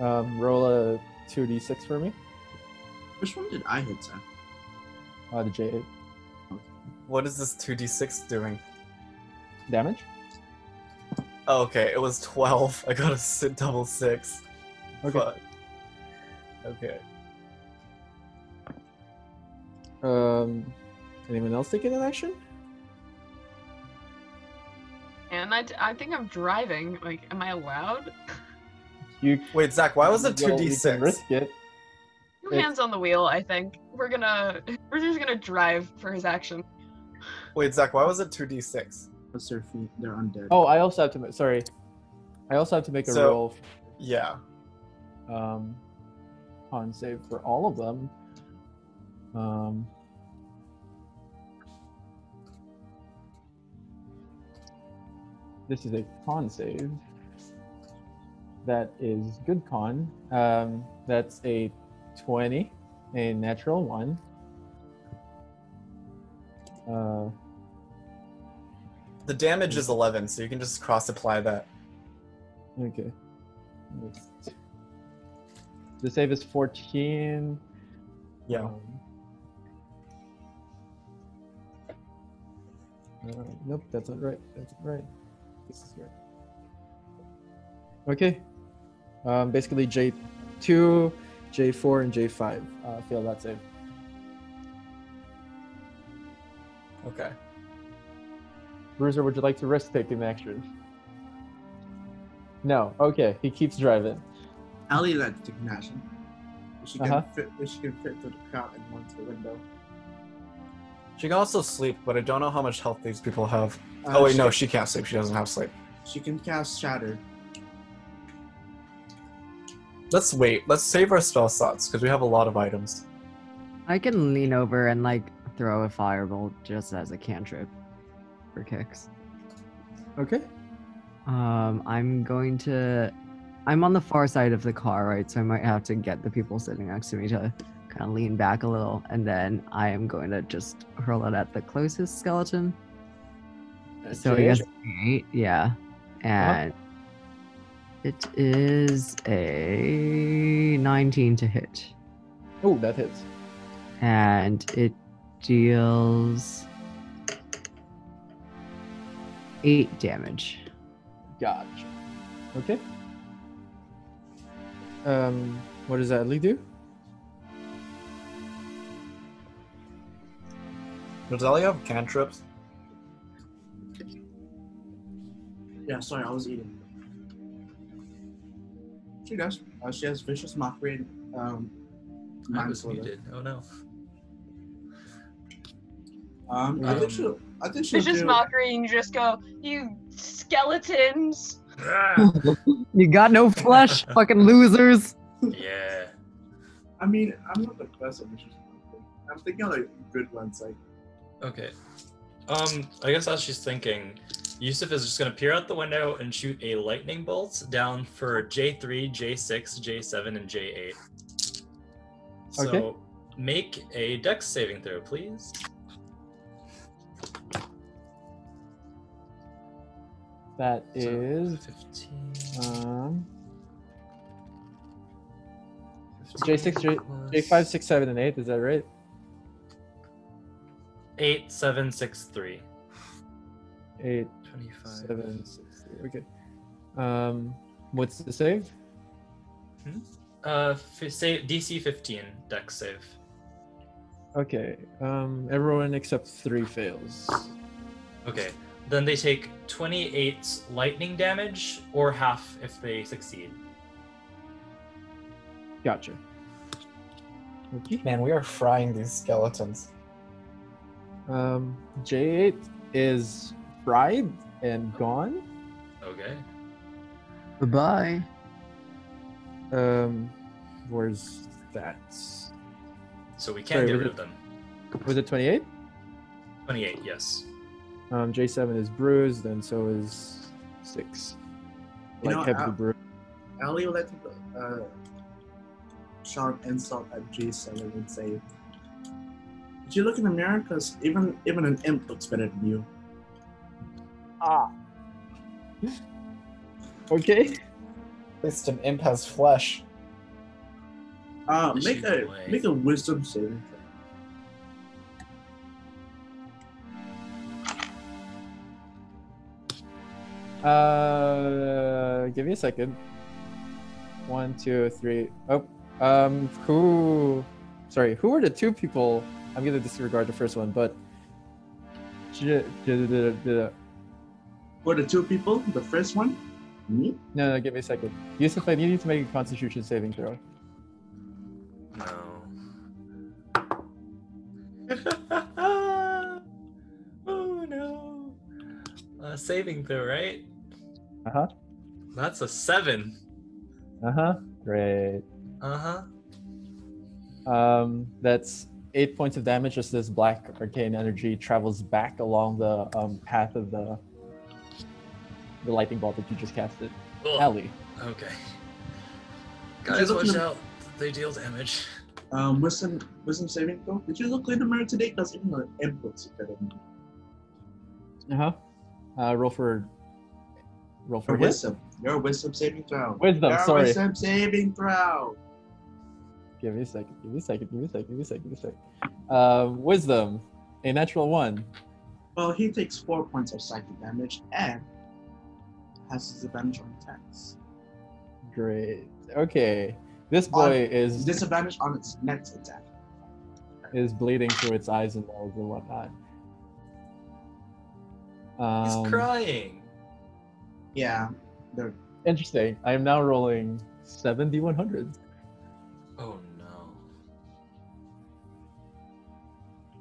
Um, roll a 2d6 for me.
Which one did I hit, Sam?
Uh, the J8
What is this 2d6 doing?
damage.
Oh, okay, it was 12. [LAUGHS] I got a si- double six.
Okay.
Fuck. Okay.
Um, anyone else taking an action?
And I, I think I'm driving. Like, am I allowed?
You.
Wait, Zach, why was it
well, you can
2d6?
risk it.
Two
It's-
hands on the wheel, I think. We're gonna. [LAUGHS] We're just gonna drive for his action.
Wait, Zach, why was it 2d6?
Because they're, fe- they're undead.
Oh, I also have to. ma- Sorry, I also have to make a
So-
roll.
Yeah.
Um, con save for all of them. Um. This is a con save. That is good con. Um, that's a 20, a natural one. Uh,
The damage is 11, so you can just cross apply that.
Okay. Let's- The save is 14.
Yeah.
Um, alright, Uh, nope, that's not right. That's not right. This is right. Okay. Um, basically, J2, J4, and J5 uh, fail that save.
Okay.
Bruiser, would you like to risk taking the action? No. Okay, he keeps driving.
Ellie led to Ignition. If she can
Uh-huh.
fit, if she can fit through the crowd and run to the window.
She can also sleep, but I don't know how much health these people have.
Uh,
oh wait, no, she can't sleep. She doesn't have sleep.
She can cast Shatter.
Let's wait. Let's save our spell slots because we have a lot of items.
I can lean over and like throw a fireball just as a cantrip for kicks.
Okay.
Um, I'm going to. I'm on the far side of the car, right? So I might have to get the people sitting next to me to kind of lean back a little, and then I am going to Uh, just hurl it at the closest skeleton. So I
Okay.
guess eight, yeah, and it is a 19 to hit,
Oh, that hits.
and it deals eight damage.
Gotcha. Okay. Um, what does Adley do?
Does Ellie have cantrips?
Yeah, sorry, I was eating. She does. Uh, she has Vicious Mockery and um,
I
Mind
was
Disorder.
muted.
[LAUGHS]
Oh no.
Um, I
Um,
think she'll. I think she'll
It's just
do.
mockery, and you just go, you skeletons.
You got
[LAUGHS]
no flesh, fucking losers.
[LAUGHS] yeah.
I mean, I'm not the best at Vicious Mockery. I'm thinking of like good ones, like
Okay. Um, I guess as she's thinking, Yusuf is just gonna peer out the window and shoot a lightning bolt down for J3, J6, J7, and J8. So
Okay.
make a dex saving throw, please.
That
So,
is
15.
um,
15
J6, J-
plus
J5, 6, 7, and 8. Is that right?
8, 7, 6, 3.
8,
25.
7, 6, three. Okay. Um, what's the save?
Uh, f- save, DC 15 dex save.
Okay. Um, everyone except 3 fails.
Okay. Then they take 28 lightning damage or half if they succeed.
Gotcha. Okay.
Man, we are frying these skeletons.
Um, J8 is fried and gone.
Okay.
Bye.
Um, where's that?
So we can
Sorry,
get
was
rid
it-
of them.
Was it 28?
28, yes.
Um, J7 is bruised, and so is 6.
You
Like
know,
heavily
I-
bruised.
Ellie will let uh, Sean insult at J7 and say, "Did you look in the mirror? Because even even an imp looks better than you."
Okay.
At least an imp has flesh.
Uh,
Is
make
she
a
away?
make a Wisdom saving. throw.
Uh, give me a second. One, two, three. Oh, um, who? Sorry, who were the two people? I'm gonna disregard the first one, but. J- j- j- j-
Were the two people? The first one, me.
No, no, give me a second. Yusuf, I need you to make a Constitution saving throw.
No. [LAUGHS] oh no. Uh, saving throw, right?
Uh-huh.
That's a 7.
Uh huh. Great.
Uh huh.
Um, that's eight points of damage as this black arcane energy travels back along the um, path of the the lightning bolt that you just casted. Ellie.
Okay.
Did you
Guys,
look in
watch
the-
out. They deal damage.
Um, wisdom wisdom saving throw. Did you look in the mirror today? Because even an imp looks better than you.
Uh-huh. Uh Roll for roll for
Your
hit.
wisdom. Your wisdom saving throw.
Wisdom,
Your
sorry.
wisdom saving throw.
Give me a second. Give me a second. Give me a second. Give me a second. Give me a second. Uh, wisdom, a natural one.
Well, he takes four points of psychic damage and has disadvantage on attacks.
Great. Okay. Um, This boy is
Disadvantage on its next attack.
is bleeding through its eyes and nose and whatnot. Um,
He's crying.
Yeah. The
Interesting. I am now rolling seven d100s.
Oh no.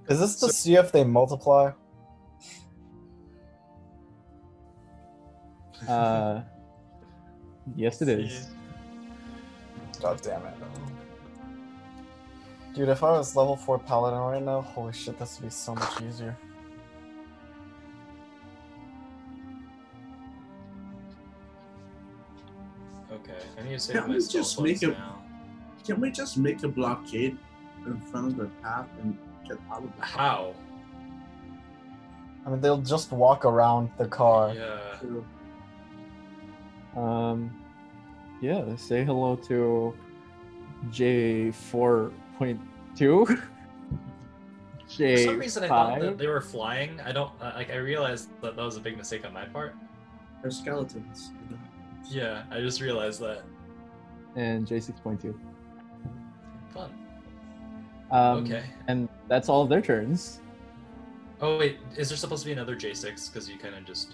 Is this to see if they multiply?
Uh, yes, it is.
God damn it. Dude, if I was level 4 paladin right now, holy shit, this would be so much easier.
Okay, I need to save
Can't we
myself
just
points
make a-
now.
Can we just make a blockade in front of the path and get out of the path?
How?
I mean, they'll just walk around the car.
Yeah.
So,
Um, yeah, say hello to J4.2.
For
J5.
some reason, I thought that they were flying. I don't uh, like. I realized that that was a big mistake on my part.
they're skeletons. you know.
Yeah, I just realized that.
and J6.2.
Fun.
Um,
okay.
And that's all of their turns.
Oh wait, is there supposed to be another J6? Because you kind of just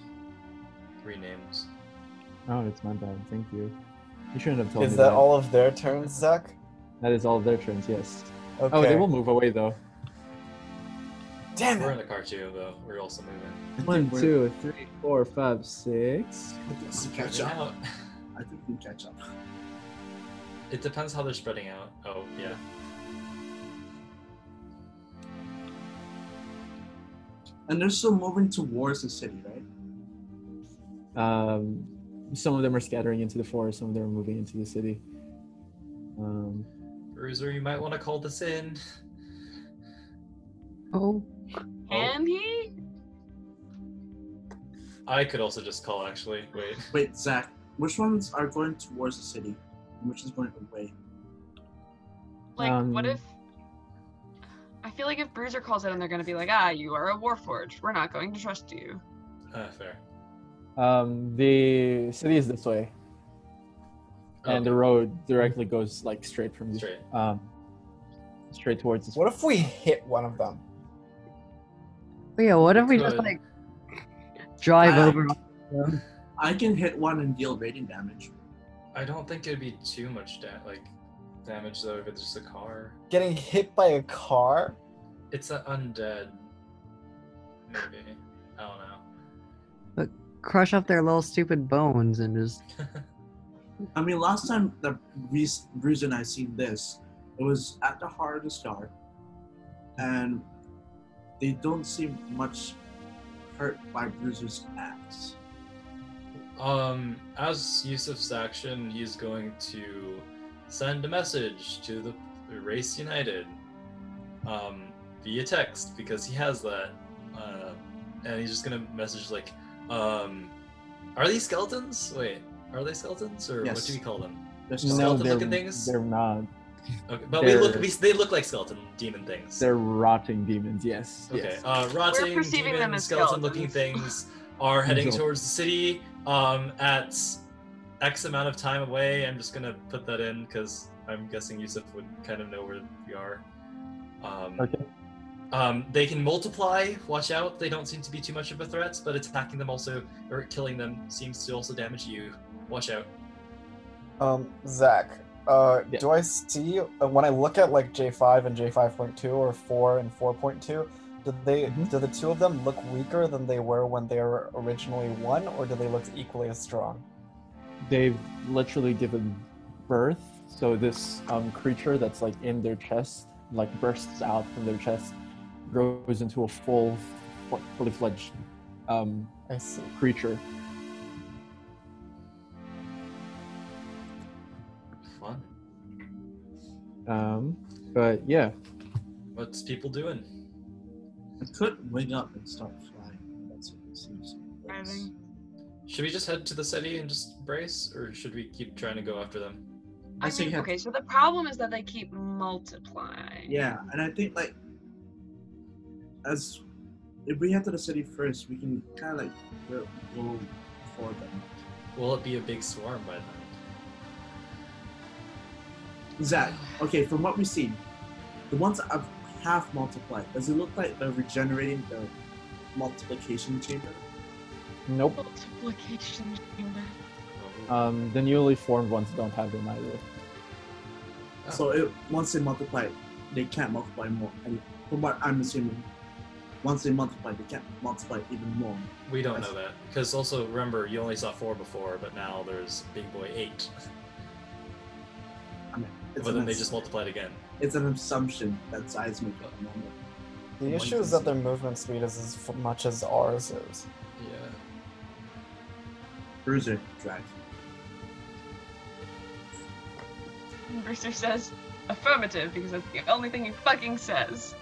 renames.
Oh, it's my bad. Thank you. You shouldn't have told me
Is that all of their turns, Zach?
That is all of their turns, yes.
Okay.
Oh, they will move away, though.
Damn
We're in
it!
the car too, though. We're also moving.
I
One,
think
two,
we're-
three, four, five, six.
I think we catch
Spreading
up.
out.
I think we catch up.
It depends how they're spreading out. Oh yeah.
And they're still moving towards the city, right?
Um, some of them are scattering into the forest, some of them are moving into the city. Um,
Bruiser, you might want to call this in.
Oh,
Can he?
I could also just call actually. Wait. [LAUGHS]
Wait, Zach, which ones are going towards the city? And which is going away?
Like,
Um,
what if? I feel like if Bruiser calls in, they're gonna be like, "Ah, you are a Warforged. We're not going to trust you."
Uh, fair.
um, the city is this way, and the
Okay,
road directly goes like straight from this,
Oh. Um, straight.
um, straight towards this.
What if we hit one of them?
but yeah. What if we just
Good.
like drive
Ah.
over?
I can hit one and deal radiant damage.
I don't think it'd be too much da- like damage though if it's just a car.
Getting hit by a car?
It's an undead. Maybe. I don't know.
Crush off their little stupid bones and just
I mean, last time the re- reason I seen this, it was at the heart of the star, and they don't seem much hurt by Bruiser's axe.
Um, as Yusuf's action, he's going to send a message to the Race United um, via text because he has that, uh, and he's just gonna message like, um, "Are these skeletons? Wait, are they skeletons or what
Yes.
do we call them?
There's
no,
Skeleton
they're,
looking things?
they're not.
Okay, but we look,
They're-
we, they look like skeleton demon things.
They're rotting demons. Yes.
Okay,
Yes.
uh, rotting
perceiving them
demon
as
[LAUGHS]
skeleton-looking
skeletons.
things are heading
Angel.
towards the city. Um, at X amount of time away, I'm just gonna put that in because I'm guessing Yusuf would kind of know where we are. Um,
Okay.
um, they can multiply. Watch out! They don't seem to be too much of a threat, but attacking them also or killing them seems to also damage you. Watch out!
Um, Zach, uh,
Yeah.
do I see uh, when I look at like J5 and J5.2 or 4 and 4.2? Do they
Mhm.
do the two of them look weaker than they were when they were originally one, or do they look equally as strong?
they've literally given birth so this um, creature that's like in their chest like bursts out from their chest grows into a full fu- fully fledged um,
I see.
creature
Fun.
um, but yeah
What's people doing?
I could wing up and start flying. That's what it seems.
Driving.
Should we just head to the city and just brace, or should we keep trying to go after them?
I
I
think
mean,
I-
okay. So the problem is that they keep multiplying.
Yeah, and I think like as if we head to the city first, we can kind of like go go before them.
Will it be a big swarm by then?
Zach, okay, from what we've seen, the ones that have half multiplied, does it look like they're regenerating the multiplication chamber?
Nope.
Multiplication chamber.
Uh,
Um, the newly formed ones don't have them either.
So it, once they multiply, they can't multiply more. And from what I'm assuming, once they multiply, they can't multiply even more.
We don't know that because also remember you only saw four before, but now there's Big Boy eight.
It's
but
an
then they
ass-
just multiplied again.
It's an assumption that size make at the moment.
The issue is that their movement speed is as f- much as ours is.
Yeah.
Bruiser drive.
And Brewster says affirmative because that's the only thing he fucking says.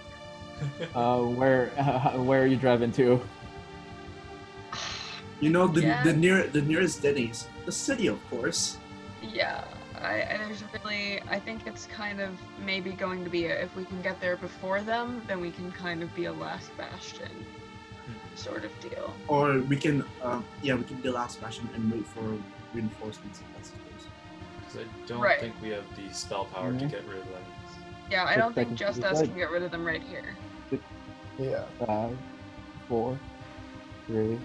Uh, where [LAUGHS] where are you driving to?
You know the
Yeah.
the near the nearest city is the city, of course.
Yeah, I, I there's really I think it's kind of maybe going to be a, if we can get there before them, then we can kind of be a last bastion sort of deal.
Or we can, uh, yeah, we can do last fashion and wait for reinforcements. If that's the case.
Because I don't
Right.
think we have the spell power to
Mm-hmm.
Mhm.
get rid of them.
Yeah, I
Just
don't think
second to
just
the
us
side.
can get rid of them right here.
Yeah.
Five, four, three,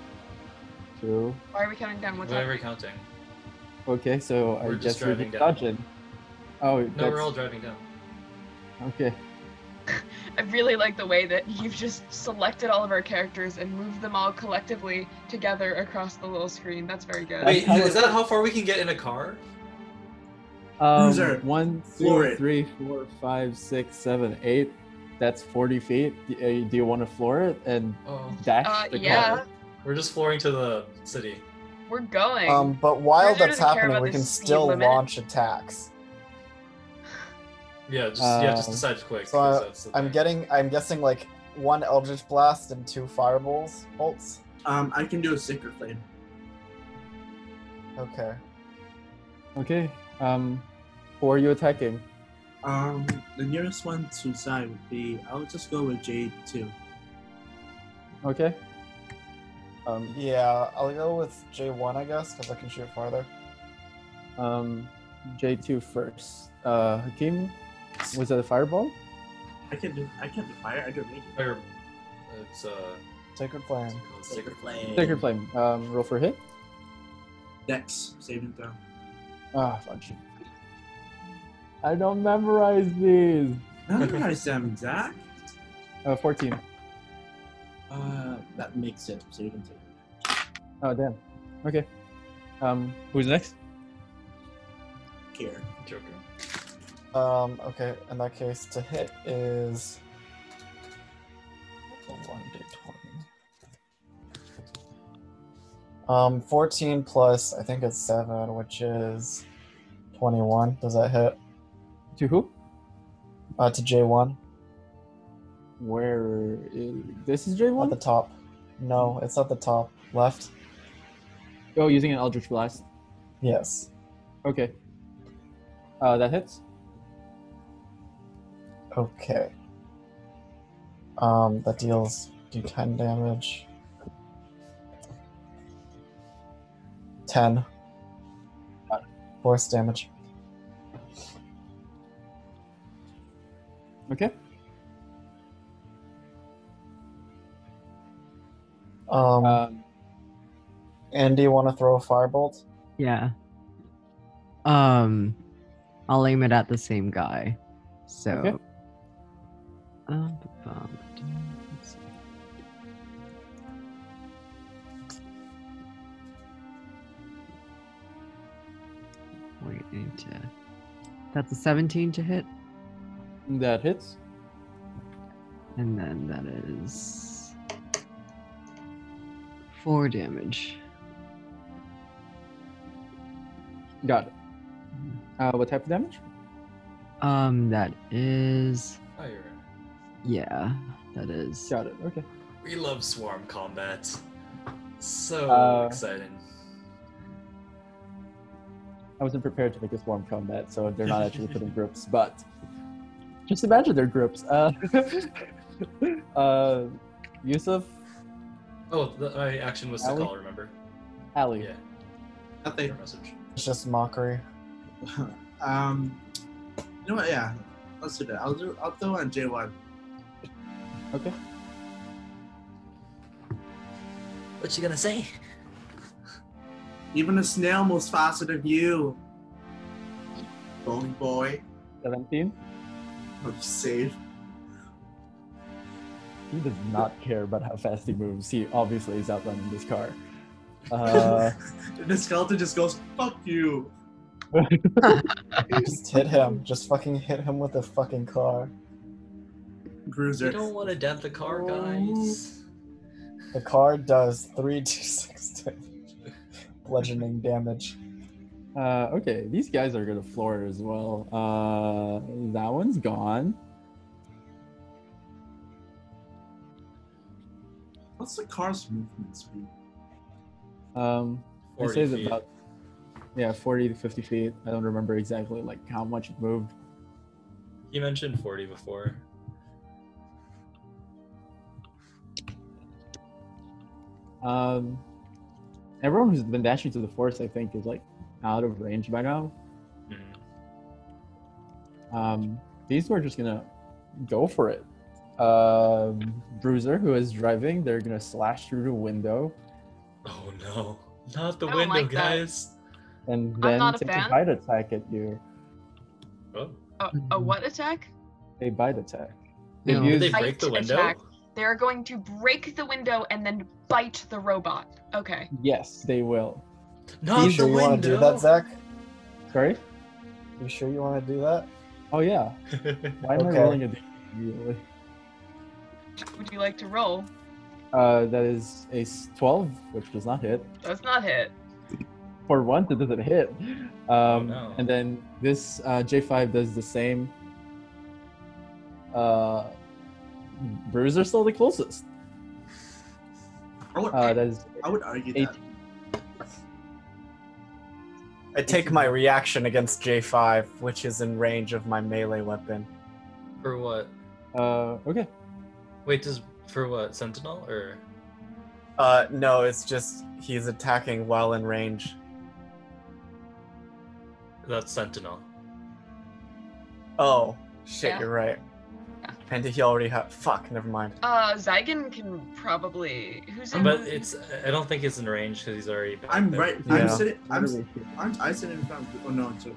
two.
Why are we counting down? What's
Why are
up?
we counting?
Okay, so
We're
I
just
guess we're
driving
just
down.
dodging. Oh,
No, we're
that's-
all driving down.
okay.
I really like the way that you've just selected all of our characters and moved them all collectively together across the little screen. That's very good.
Wait,
how
is that how far we can get in a car?
Um,
Bruiser,
one, two,
floor it.
three, four, five, six, seven, eight. That's forty feet. D- uh, Do you want to floor it and
Oh,
dash
Uh,
the
yeah,
car?
we're just flooring to the city.
we're going.
Um, but while
Bruiser
that's
doesn't care
happening,
about
we
the
can
speed
still
limit.
launch attacks.
Yeah, just yeah, just
Um,
decide quick.
Uh, so
'cause that's the
I'm
thing.
getting, I'm guessing like one Eldritch Blast and two Fireballs bolts.
Um, I can do a sacred flame.
Okay.
okay. Um, who are you attacking?
Um, the nearest one to Zai would be. I would just go with Jade too.
Okay. Um,
Yeah, I'll go with J1, I guess, because I can shoot farther.
um, J2 first. Uh, Hakim, was that a fireball?
I can do. I can do fire. I don't need it.
Or, it's uh,
Sacred
what's
Flame.
it called? Sacred flame.
Sacred Flame. Um, roll for hit.
Dex saving throw.
Ah, function. I don't memorize these.
Memorize them, Zach.
Uh, 14.
Uh, that makes it. So you can take. it.
Oh, damn. Okay. Um, who's next?
Here.
Joker.
Um, okay, in that case, to hit is. a 1d20. Um, 14 plus, I think it's 7, which is 21. Does that hit?
To who?
Uh, to J1
Where is this is
at
J1?
the top. No, it's at the top. Left?
oh, using an Eldritch Blast.
Yes.
Okay. Uh, that hits.
Okay. Um, that deals d10 damage. 10. Force damage.
Okay.
Um,
Um,
and do you want to throw a firebolt?
Yeah. Um, I'll aim it at the same guy. So.
Okay.
Um, bum, dum, let's see. Wait, I need to. That's a 17 to hit,
that hits.
and then that is four damage.
Got it. Uh, what type of damage?
Um, that is
Oh, you're right.
yeah, that is
Got it. Okay.
We love swarm combat. So
Uh,
exciting.
I wasn't prepared to make this warm combat, so they're not actually
[LAUGHS]
put in groups, but just imagine their groups. Uh, [LAUGHS] uh, Yusuf,
Oh, the, my action was to
Ali?
call. Remember?
Ali.
Yeah.
Nothing.
Your message.
It's just mockery. [LAUGHS]
um, you know what? Yeah, let's do that. I'll do. I'll throw on J one.
What you gonna say?
Even a snail moves faster than you. Bully boy.
17?
Hope you safe.
He does not care about how fast he moves. He obviously is outrunning this car. Uh,
[LAUGHS] the skeleton just goes, fuck you.
Just hit him. Just fucking hit him with a fucking car.
You
Bruiser.
don't want to dent the car, guys.
The car does 3d6 damage. [LAUGHS] Bludgeoning damage.
uh, okay, these guys are gonna floor it as well. Uh, that one's gone.
What's the car's movement [LAUGHS] speed?
Um, it
40
says
feet.
about yeah, 40 to 50 feet. I don't remember exactly like how much it moved.
You mentioned 40 before.
Um, everyone who's been dashing to the forest, I think, is like out of range by now.
Mhm.
Um, these two are just gonna go for it. Um, Bruiser, who is driving, they're gonna slash through the window
Oh no. Not the
I don't
window,
like that.
guys.
and
I'm
then
not a
take
fan.
a bite attack at you.
Oh.
A, a what attack?
A bite attack. They
No.
Did
use,
they
Bite
break the window?
attack. They are going to break the window and then bite the robot. Okay.
yes, they will.
Not
you sure
the
you want to do
window.
that, Zach?
Sorry.
You sure you want to do that?
Oh yeah. Why am
Okay.
I rolling a d immediately?
Would you like to roll?
Uh, that is a s- 12, which does not hit.
Does not hit.
For one, that doesn't hit. Um,
no.
And then this uh, J5 does the same. Uh, Bruiser's still the closest.
I would,
Uh, that is
I would argue
eight.
that.
I take my reaction against J5, which is in range of my melee weapon.
For what?
Uh, okay.
Wait, does for what? Sentinel or
Uh, no, it's just he's attacking while in range.
that's Sentinel.
Oh, shit,
Yeah.
you're right.
Yeah.
And he already had. Fuck, never mind.
Uh, Zygon can probably. Who's in?
But it's I don't think it's in range because he's already back
I'm
there.
right.
Yeah.
I'm sitting. I'm,
Literally.
I'm. I sit in front. Of, oh no! So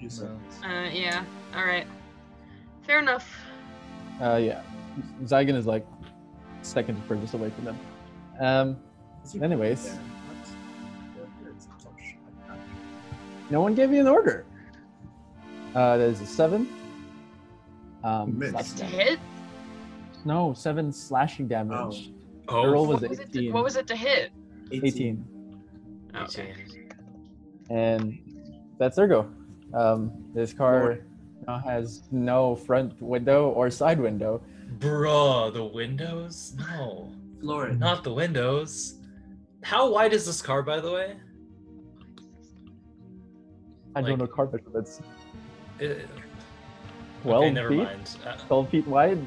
you said.
So-
Uh, yeah. All right. Fair enough.
Uh, yeah. Zygon is like seconds furthest away from them. Um, Anyways.
Yeah, that's- yeah, it's tough shit.
no one gave me an order. Uh, that is a 7. Um,
Miss.
slashing
To
damage.
hit.
No, 7 slashing damage. The roll
Oh,
was
What was, it to,
18.
what was it to hit?
18.
Oh, Okay.
18.
and that's their go. Um, this car
Lord.
now has no front window or side window.
Bruh, the windows? No.
Floor it.
Not the windows. How wide is this car, by the way?
I
Like-
don't know carpet, but it's
It-
12
okay, Uh, never
feet,
mind. Uh,
12 feet wide.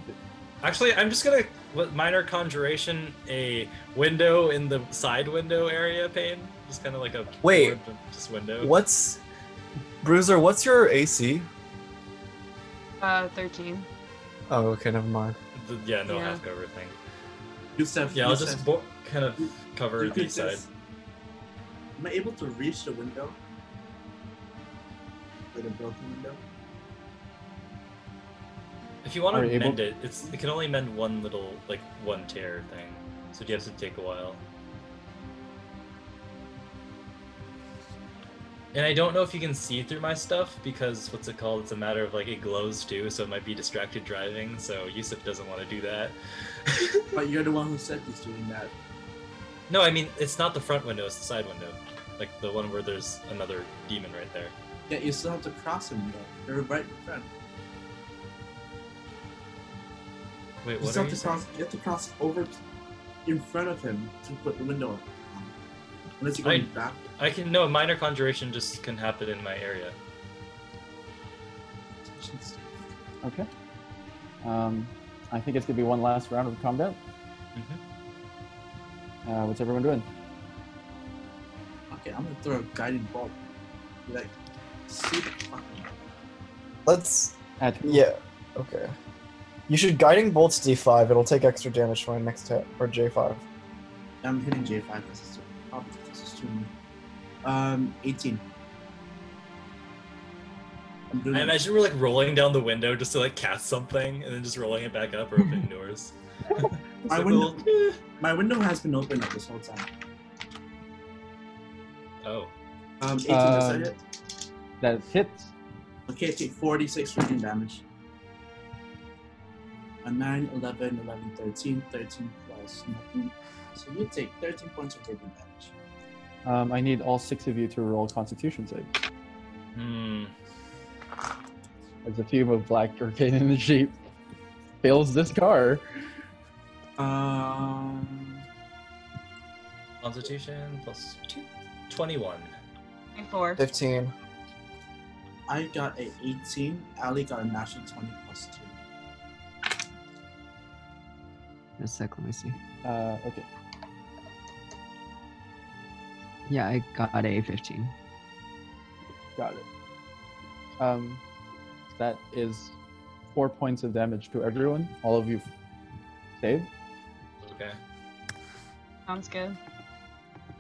actually, I'm just gonna with minor conjuration a window in the side window area pane. Just kind of like a
Wait.
board, but just window.
What's. Bruiser, what's your AC?
Uh, thirteen.
Oh, okay, never mind.
The- yeah, no
Yeah.
half cover thing.
Yusef.
Yeah, I'll
Yusef,
just bo- kind of
You-
cover
you
the
could
side.
just- Am I able to reach the window? Like a broken window?
If you want
Are
to
you able-
mend it, it's it can only mend one little like one tear thing. So you have to take a while. And I don't know if you can see through my stuff because what's it called? It's a matter of like it glows too, so it might be distracted driving. So Yusuf doesn't want to do that. [LAUGHS]
But you're the one who said he's doing that.
no, I mean it's not the front window; it's the side window, like the one where there's another demon right there.
Yet you still have to cross him though. They're right in front.
Wait,
You
what
still
are
have
you
to
saying?
cross you have to cross over t- in front of him to put the window up. Unless you're going
I-
back.
I can no minor conjuration just can happen in my area.
Okay. Um, I think it's gonna be one last round of combat.
Mhm. Mm-hmm.
Uh, what's everyone doing?
Okay, I'm gonna throw a guiding bolt. Like see the fucking
Let's.
At who?
Yeah, okay. You should guiding bolts D5. It'll take extra damage for my next hit, or J5.
I'm hitting J5 because oh, it's too- probably because it's too Um, 18. I'm doing
I imagine we're like rolling down the window just to like cast something and then just rolling it back up or [LAUGHS] opening doors. It's
My
like
window-
little- eh.
My window has been open up this whole time.
Oh.
Um, 18, does
Um,
that hit?
That hits.
Okay, take 46 freaking damage. A 9, 11, 11, 13, 13 plus nothing. So you take 13 points of radiant damage.
Um, I need all six of you to roll Constitution save.
Hmm.
As a fume of black arcane energy fills this car.
Um,
Constitution plus two. 21.
Four.
15.
I got a 18. Ali got a national 20 plus 2.
In a sec, let me see.
Uh, okay.
Yeah, I got a 15.
Got it. Um, that is four points of damage to everyone. All of you saved.
Okay.
Sounds good.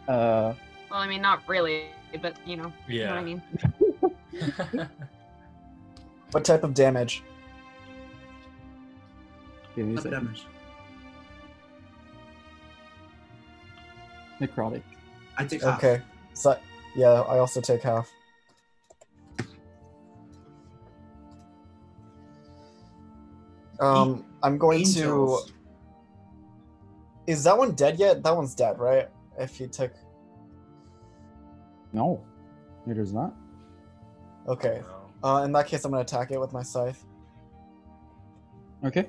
Uh,
Well, I mean, not really, but you know, you know what I
[LAUGHS] Yeah.
mean.
What type of damage?
give me a
Enough
second.
damage.
Necrotic.
I take half.
Okay. So, yeah, I also take half. Um, I'm going to.
Angels.
Is that one dead yet? That one's dead, right? If he took.
No, it is not.
Okay.
Wow.
Uh, in that case, I'm gonna attack it with my scythe.
Okay.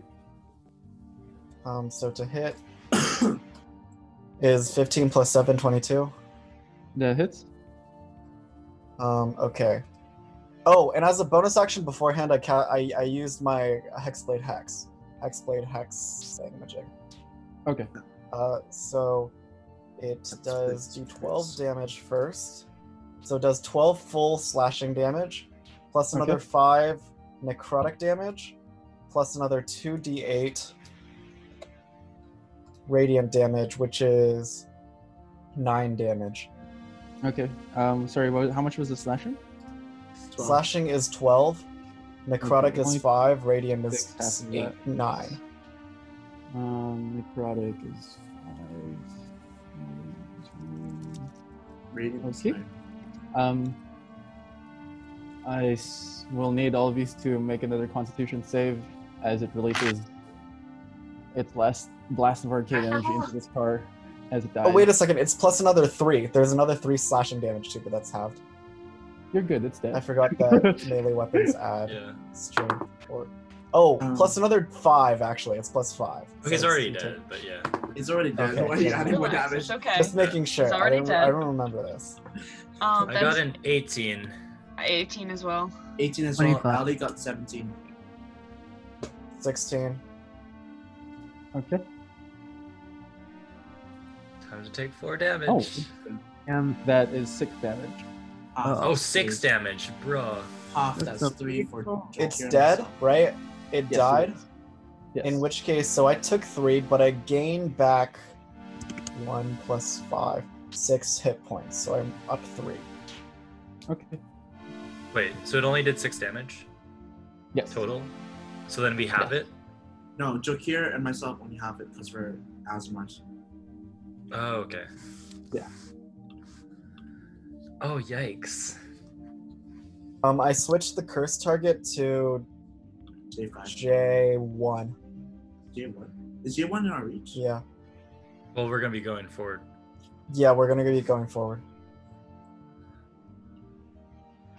Um, so to
[COUGHS]
hit is 15 plus 7, 22.
That hits.
Um, okay. Oh, and as a bonus action beforehand, I ca- I, I used my hexblade hex, hexblade hex thingamajig.
Okay.
Uh, so it does
pretty
d12
nice.
damage first. So it does 12 full slashing damage, plus
Okay.
another 5 necrotic damage, plus another 2d8 radiant damage, which is 9 damage.
Okay. Um, sorry. What, how much was the slashing?
12.
Slashing is 12, necrotic
Okay, only
is 5, radiant
six
is
half of
8, 9.
Um, necrotic is five.
Radiant is
Okay.
nine.
Um, I s- will need all of these to make another Constitution save as it releases its last blast of arcade energy into this car as it dies.
Oh, wait a second, it's plus another 3. There's another 3 slashing damage too, but that's halved.
You're good. It's dead.
I forgot
[LAUGHS]
that melee weapons add.
Yeah.
String or oh,
Um,
plus another five actually. It's plus five. So
Okay, he's
it's-
already dead, but yeah.
It's already [LAUGHS] dead.
Okay.
Why are you adding more
Relax,
damage?
it's okay.
[LAUGHS]
Just making sure. I
already
don't,
dead.
I don't remember this.
Um,
I got
that's
an 18.
18 as well.
18 as well.
25.
Ali got 17.
Sixteen.
Okay.
Time to take 4 damage.
Oh.
Oh,
Um,
That is six damage.
Half.
Uh-oh.
6 Oh, damage, bruh.
Ah,
Half, that's three for
Oh. It's
Jokir and
dead,
myself.
right? It
Yes, it
died.
is. Yes.
In which case, so I took three, but I gain back one plus five, six hit points. So I'm up three.
Okay.
Wait, so it only did 6 damage
Yes.
total? So then we have it?
No, Jokir and myself only have it because we're Asmars.
Oh, okay.
Yeah.
Oh, yikes.
Um, I switched the curse target to
J5.
J one.
J1. Is J1 in our reach?
Yeah,
Well, we're gonna be going forward.
yeah. We're gonna be going forward.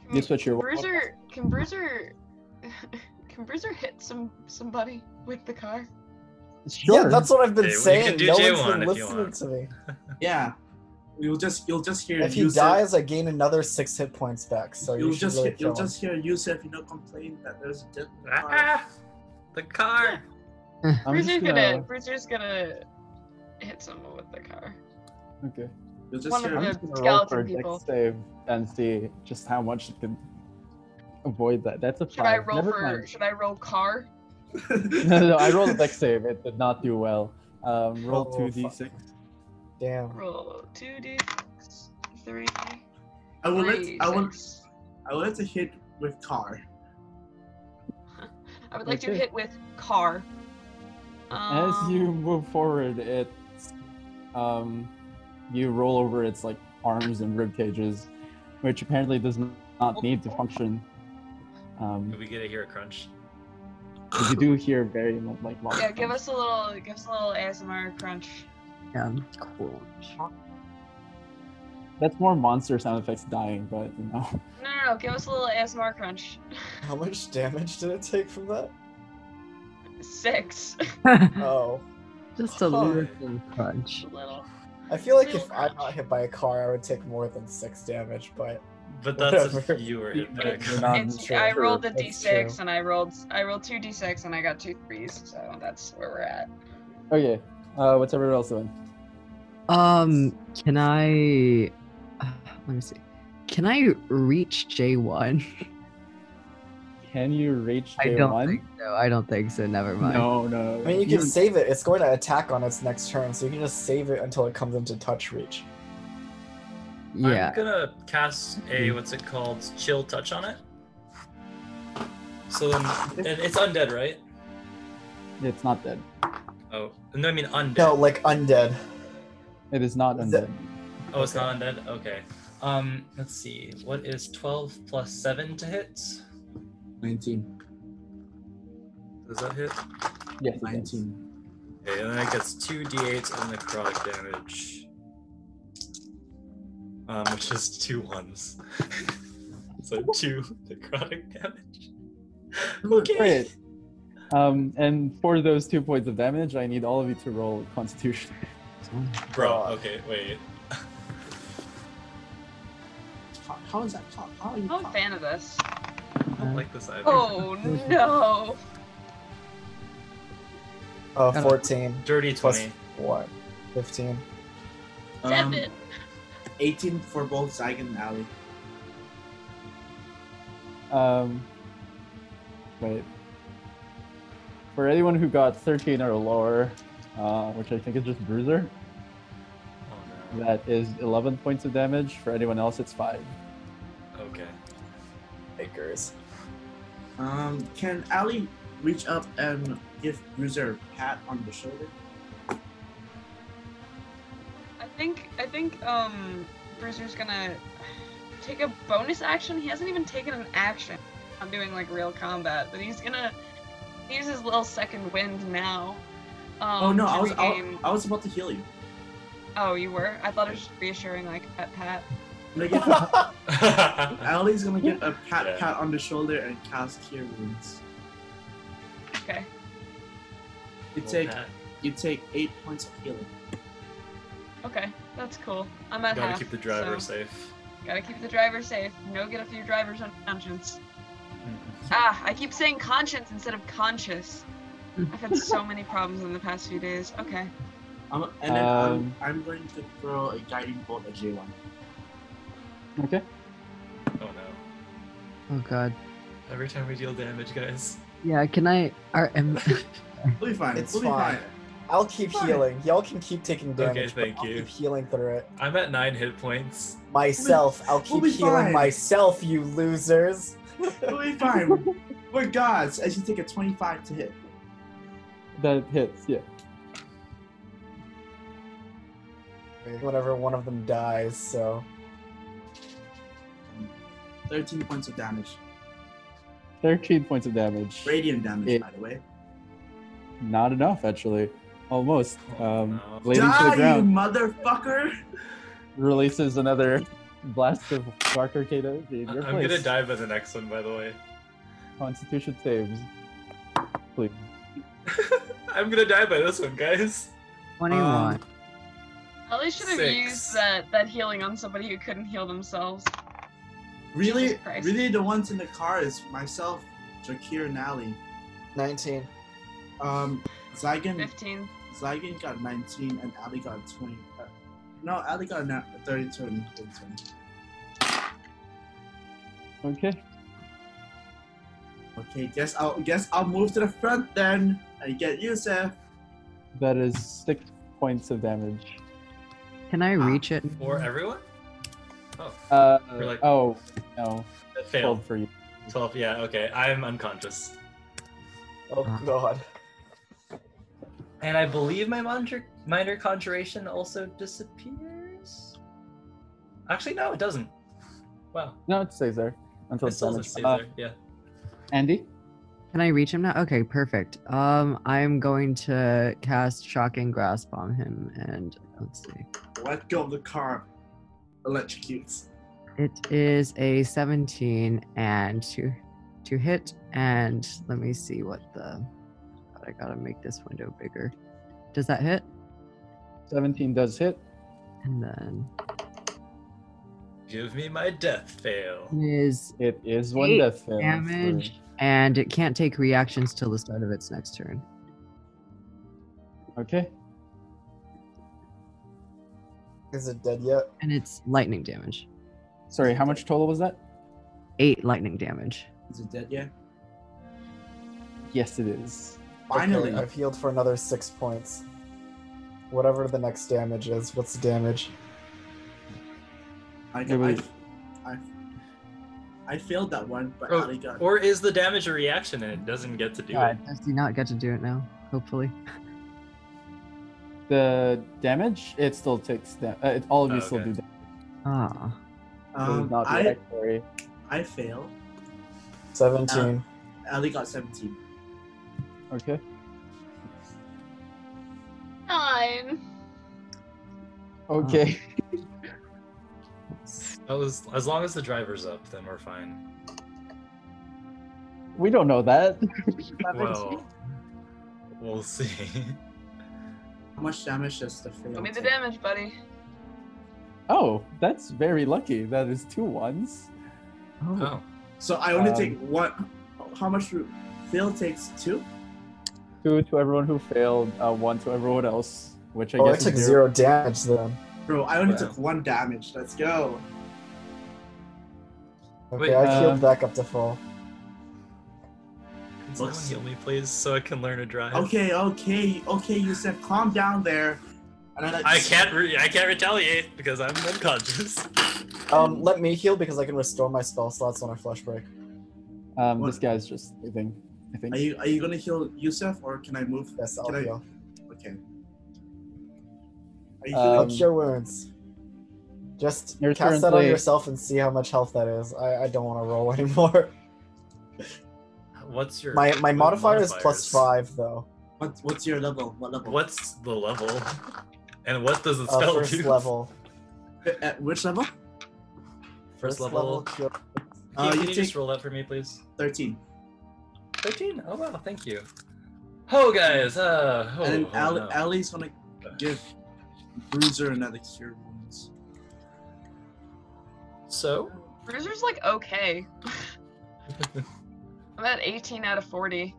Can,
You switch your
Bruiser, can Bruiser, [LAUGHS] can Bruiser hit some somebody with the car?
Yeah, that's what I've been
Okay, well, you
saying.
can do
no
J1
one's been
if you
listening
want.
to me.
Yeah. You'll just you'll just hear
If he
Yusuf-
dies, I gain another six hit points back. So you
You'll
should
just
really
hear, you'll
kill him.
just hear Yusuf, you know, complain that there's a dead in the car.
Ah, the car!
I'm just
Bruiser's
gonna.
gonna... Bruiser's gonna hit someone with the car.
Okay.
You'll just
One of
hear
I'm
the-
just gonna roll for
skeleton
a dex
people.
save and see just how much it can avoid that. That's a
Should I
five.
roll
Never
for?
mind. [LAUGHS]
Should I roll car?
[LAUGHS]
no, no, I rolled a dex save. It did not do well. Um, roll
Oh,
two d6.
Damn.
Roll two d six, three,
I will let
Three,
I will
six.
I will let to hit with car.
I would like to
Okay.
hit with car.
As
Um,
you move forward, it's um, you roll over its like arms and rib cages, which apparently does
Oh.
not need to function.
Did
Um,
we get to hear a crunch?
but you do hear very mu- like loud
Yeah, give
crunch.
us a little, give us a little ASMR crunch.
Yeah,
Uh,
cool.
That's more monster sound effects dying, but you know.
No, no, no, give us a little ASMR crunch. [LAUGHS]
How much damage did it take from that?
Six.
Hmm.
Oh.
[LAUGHS] Just a
Huh.
little crunch.
a
[LAUGHS]
little.
I feel like if I got hit by a car, I would take more than six damage, but
But that's
Whatever.
if you were hit by a
You're
car.
Um,
not
It's,
sure.
I rolled a
That's
d6
true.
and I rolled, I rolled two d6 and I got two threes, so that's where we're at.
[LAUGHS] Okay, uh, what's everyone else doing?
Um, can I? Uh, let me see. Can I reach J one?
Can you reach
I
day
don't
one?
think so. I don't think so. Never mind.
No, no.
I mean, you
You-
can save it. It's going to attack on its next turn, so you can just save it until it comes into touch reach.
Yeah.
I'm gonna cast a what's it called? Chill touch on it. So then and it's undead, right?
it's not dead.
Oh no, I mean undead.
No, like undead.
It is not
Is
undead.
Oh, it's not undead. Okay. Um, let's see. What is 12 plus 7 to hit?
Nineteen.
Does that hit?
Yes, it is.
Nineteen.
Okay, and then it gets 2d8s on necrotic damage. Um, which is two ones. [LAUGHS] so two necrotic damage. Okay.
Great. Um, and for those two points of damage, I need all of you to roll Constitution.
Bro, okay, wait.
How- How is that? How, how are you?
I'm a Oh, fan of this.
I don't like this either.
Oh no!
Uh,
Yeah.
14
Dirty
plus
20.
what? 15.
Damn
[LAUGHS] Um,
it!
Eighteen for both Zygon and Ali.
Um, wait. For anyone who got 13 or lower, uh, which I think is just Bruiser,
Oh no.
that is 11 points of damage. For anyone else, it's 5.
Okay.
Acres.
Um, can Ali reach up and give Bruiser a pat on the shoulder?
I think I think um Bruiser's gonna take a bonus action. He hasn't even taken an action on doing like real combat, but he's gonna use his little second wind now. Um,
oh no,
to
I was I,
regain-
I was about to heal you.
Oh, you were? I thought it was just reassuring, like pet pat.
Gonna
[LAUGHS]
give- [LAUGHS] Ali's gonna get a pat
Yeah.
pat on the shoulder and cast Cure Wounds.
Okay.
You take you take eight points of healing.
Okay, that's cool. I'm at
Gotta
half,
keep the driver
Uh-huh. so-
safe.
Gotta keep the driver safe. No get off your driver's on conscience. Ah, I keep saying conscience instead of conscious. I've had so
[LAUGHS]
many problems in the past few days. Okay.
I'm, and then
Um,
I'm, I'm going to throw a guiding bolt at J1.
Okay.
Oh no.
Oh god.
Every time we deal damage, guys.
Yeah. Can I? Are, am,
We'll be fine.
It's
we'll be
fine.
fine.
I'll keep
Fine.
healing. Y'all can keep taking
Okay,
damage. but
thank
I'll
you.
keep healing through it.
I'm at nine hit points.
Myself. I'll
we'll
keep
be
healing
fine.
myself, you losers.
[LAUGHS] We'll be fine. We're gods. As you take a 25 to hit.
That hits, yeah.
Whenever one of them dies, so.
13 points of damage.
13 points of damage.
Radiant damage,
Yeah.
by the way.
Not enough, actually. Almost.
Oh,
Um,
no.
Bleeding to the
Die, you
ground.
motherfucker!
Releases another blast of dark arcade energy in
I-
your
I'm gonna
place.
die by the next one, by the way. [LAUGHS]
Constitution saves. Please.
I'm gonna die by this one, guys.
Twenty-one.
Ellie should have
Six.
used that, that healing on somebody who couldn't heal themselves.
Really,
Jesus Christ.
really, the ones in the car is myself, Jakir, and Ali.
19.
Um,
Hmm.
Zygon,
15.
Zygon got 19, and Ali got 20. Uh, no, Ali got na- 30, 20, 30, 20.
Okay.
Okay, guess I'll guess I'll move to the front then and get Yusef.
That is six points of damage.
Can I reach it?
For everyone? Oh,
Uh,
We're like-
oh no,
that failed.
failed for you.
12, yeah, okay. I'm unconscious.
Oh god.
And I believe my minor, minor conjuration also disappears? Actually, no, it doesn't. Wow.
No, it stays there until
It
it's
still
done.
doesn't stay
Uh,
there, yeah.
Andy,
Can I reach him now? Okay, perfect. Um, I'm going to cast shocking grasp on him, and let's see.
Let go of the car. Electrocutes.
It is a 17 and to to hit, and let me see what the. God, I gotta make this window bigger. Does that hit?
seventeen does hit.
And then
Give me my death fail.
it is
It is one
Eight
death fail.
damage, and it can't take reactions till the start of its next turn.
Okay.
Is it dead yet?
And it's lightning damage.
Sorry, how much total was that?
Eight lightning damage.
Is it dead yet?
Yes, it is.
Finally.
Okay, I've healed for another six points. Whatever the next damage is, what's the damage?
I
Yeah,
got.
but-
I, I, I failed that one, but
Oh,
Ali got.
Or is the damage a reaction and it doesn't get to do
God.
it?
Does he not get to do it now? Hopefully.
The damage it still takes. Da- uh, it, all of you
Oh,
still
okay.
do damage.
Ah.
It is
um,
not the
I,
backstory.
I failed.
17.
Ah, Ali got 17.
Okay.
Nine.
Okay. [LAUGHS]
Oh, as, as long as the driver's up, then we're fine.
we don't know that.
Well, we'll see.
How much damage does the fail?
Show me the
take?
damage, buddy.
Oh, that's very lucky. That is two ones.
Oh.
Oh,
So I only
Um,
take one. How much? do- Fail takes two.
Two to everyone who failed, uh, one to everyone else, which I
Oh, I
guess
took
is
zero damage then.
Bro, I only
Yeah.
took one damage. Let's go.
Okay,
Wait,
I
um,
healed back up to full.
can someone heal me, please, so I can learn to drive?
Okay, okay, okay. You said calm down there. And then
I can't. Re- I can't retaliate because I'm unconscious.
Um, let me heal because I can restore my spell slots on a flush break.
Um,
What?
this guy's just leaving. I think.
Are you are you gonna heal Yusef or can I move?
Yes, I'll
Can I-
heal.
Okay. Are you
Um,
Uh,
healing-
Touch your wounds. Just
You're
cast that on
currently-
yourself and see how much health that is. I, I don't want to roll [LAUGHS] anymore.
What's your
My my
what
modifier is plus
modifiers?
five though.
what, what's your level? What level?
What's the level? [LAUGHS] And what does the
Uh,
spell
first
do?
level.
Uh, At which level?
First level.
heal-
Hey,
Uh,
can
you
you, just
take-
roll that for me, please?
Thirteen.
13. Oh wow, thank you. Oh guys, uh, oh,
and then
oh,
Ali,
no.
Ali's gonna give Bruiser another cure wounds.
so
Bruiser's like
[LAUGHS]
okay. I'm at 18 out of 40.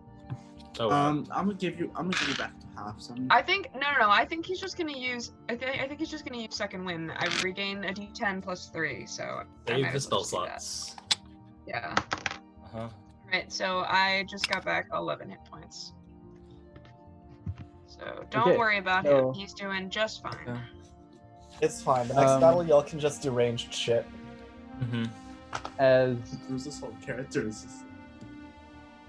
oh, wow.
Um, I'm gonna give you. I'm gonna give you back to half. So I'm,
I think no, no, no. I think he's just gonna use. I, th- I think he's just gonna use second wind. I regain a D10 plus three, so I might
save the
as well
spell
just do that.
slots.
Yeah.
Uh-huh.
Right. So I just got back 11 hit points. So don't
Okay,
worry about
so-
him. He's doing just fine.
Yeah.
It's fine. The next
Um,
battle, y'all can just do ranged shit.
hmm
As
Bruiser's whole character is. Just,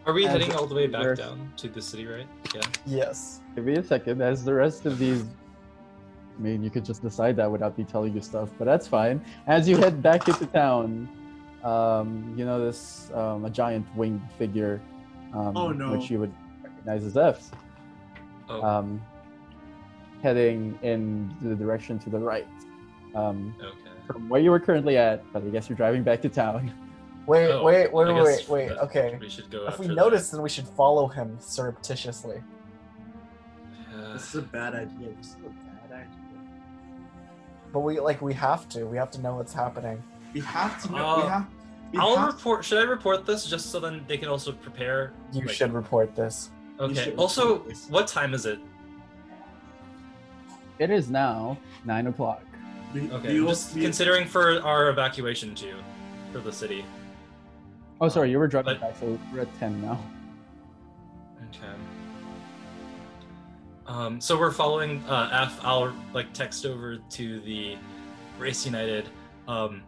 Are we
As
heading all the way back
reverse-
down to the city, right? Yeah.
Yes.
give me a second, as the rest of these. I mean, you could just decide that without me telling you stuff, but that's fine. As you head back into town, um, you notice um, a giant winged figure, um,
Oh, no.
which you would recognize as Eph.
Oh.
Uh,
um, heading in the direction to the right um,
okay.
from where you were currently at, but I guess you're driving back to town.
Wait,
Oh,
wait,
I
wait, wait,
guess
wait.
that-
Okay.
We should go
If we
after
notice, then we should follow him surreptitiously.
that. Uh,
this is a bad idea. This is a bad idea.
But we like we have to. We have to know what's happening.
We have to know.
Oh.
we have. We
I'll
have,
report. Should I report this just so then they can also prepare?
You
Like-
should report this.
Okay.
should
Also,
report this.
what time is it?
It is now nine o'clock.
we,
Okay.
we will-
just
we-
considering for our evacuation too, for the city.
Oh, sorry, you were driving
But-
back, so we're at ten now.
Okay. Um, so we're following uh, F. I'll like text over to the Race United. Um,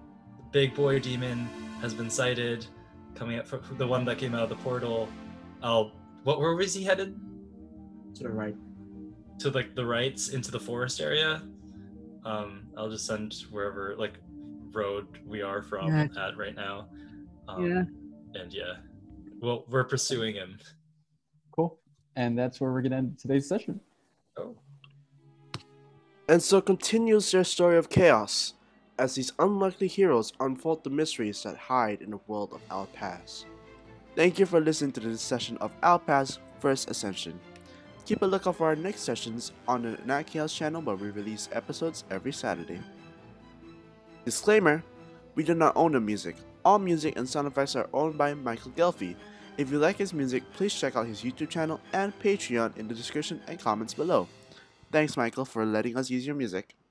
big boy demon has been sighted, coming up from the one that came out of the portal. Oh, what where was he headed?
to the right.
To like the right into the forest area. Um, I'll just send wherever like road we are from
Yeah.
at right now. Um, And yeah, well, we're pursuing him.
Cool. And that's where we're gonna end today's session.
Oh.
And so continues their story of chaos as these unlikely heroes unfold the mysteries that hide in the world of Alpaz. Thank you for listening to this session of Alpaz First Ascension. Keep a lookout for our next sessions on the Nat Chaos channel where we release episodes every Saturday. Disclaimer We do not own the music. All music and sound effects are owned by Michael Gelfi. If you like his music, please check out his YouTube channel and Patreon in the description and comments below. Thanks, Michael, for letting us use your music.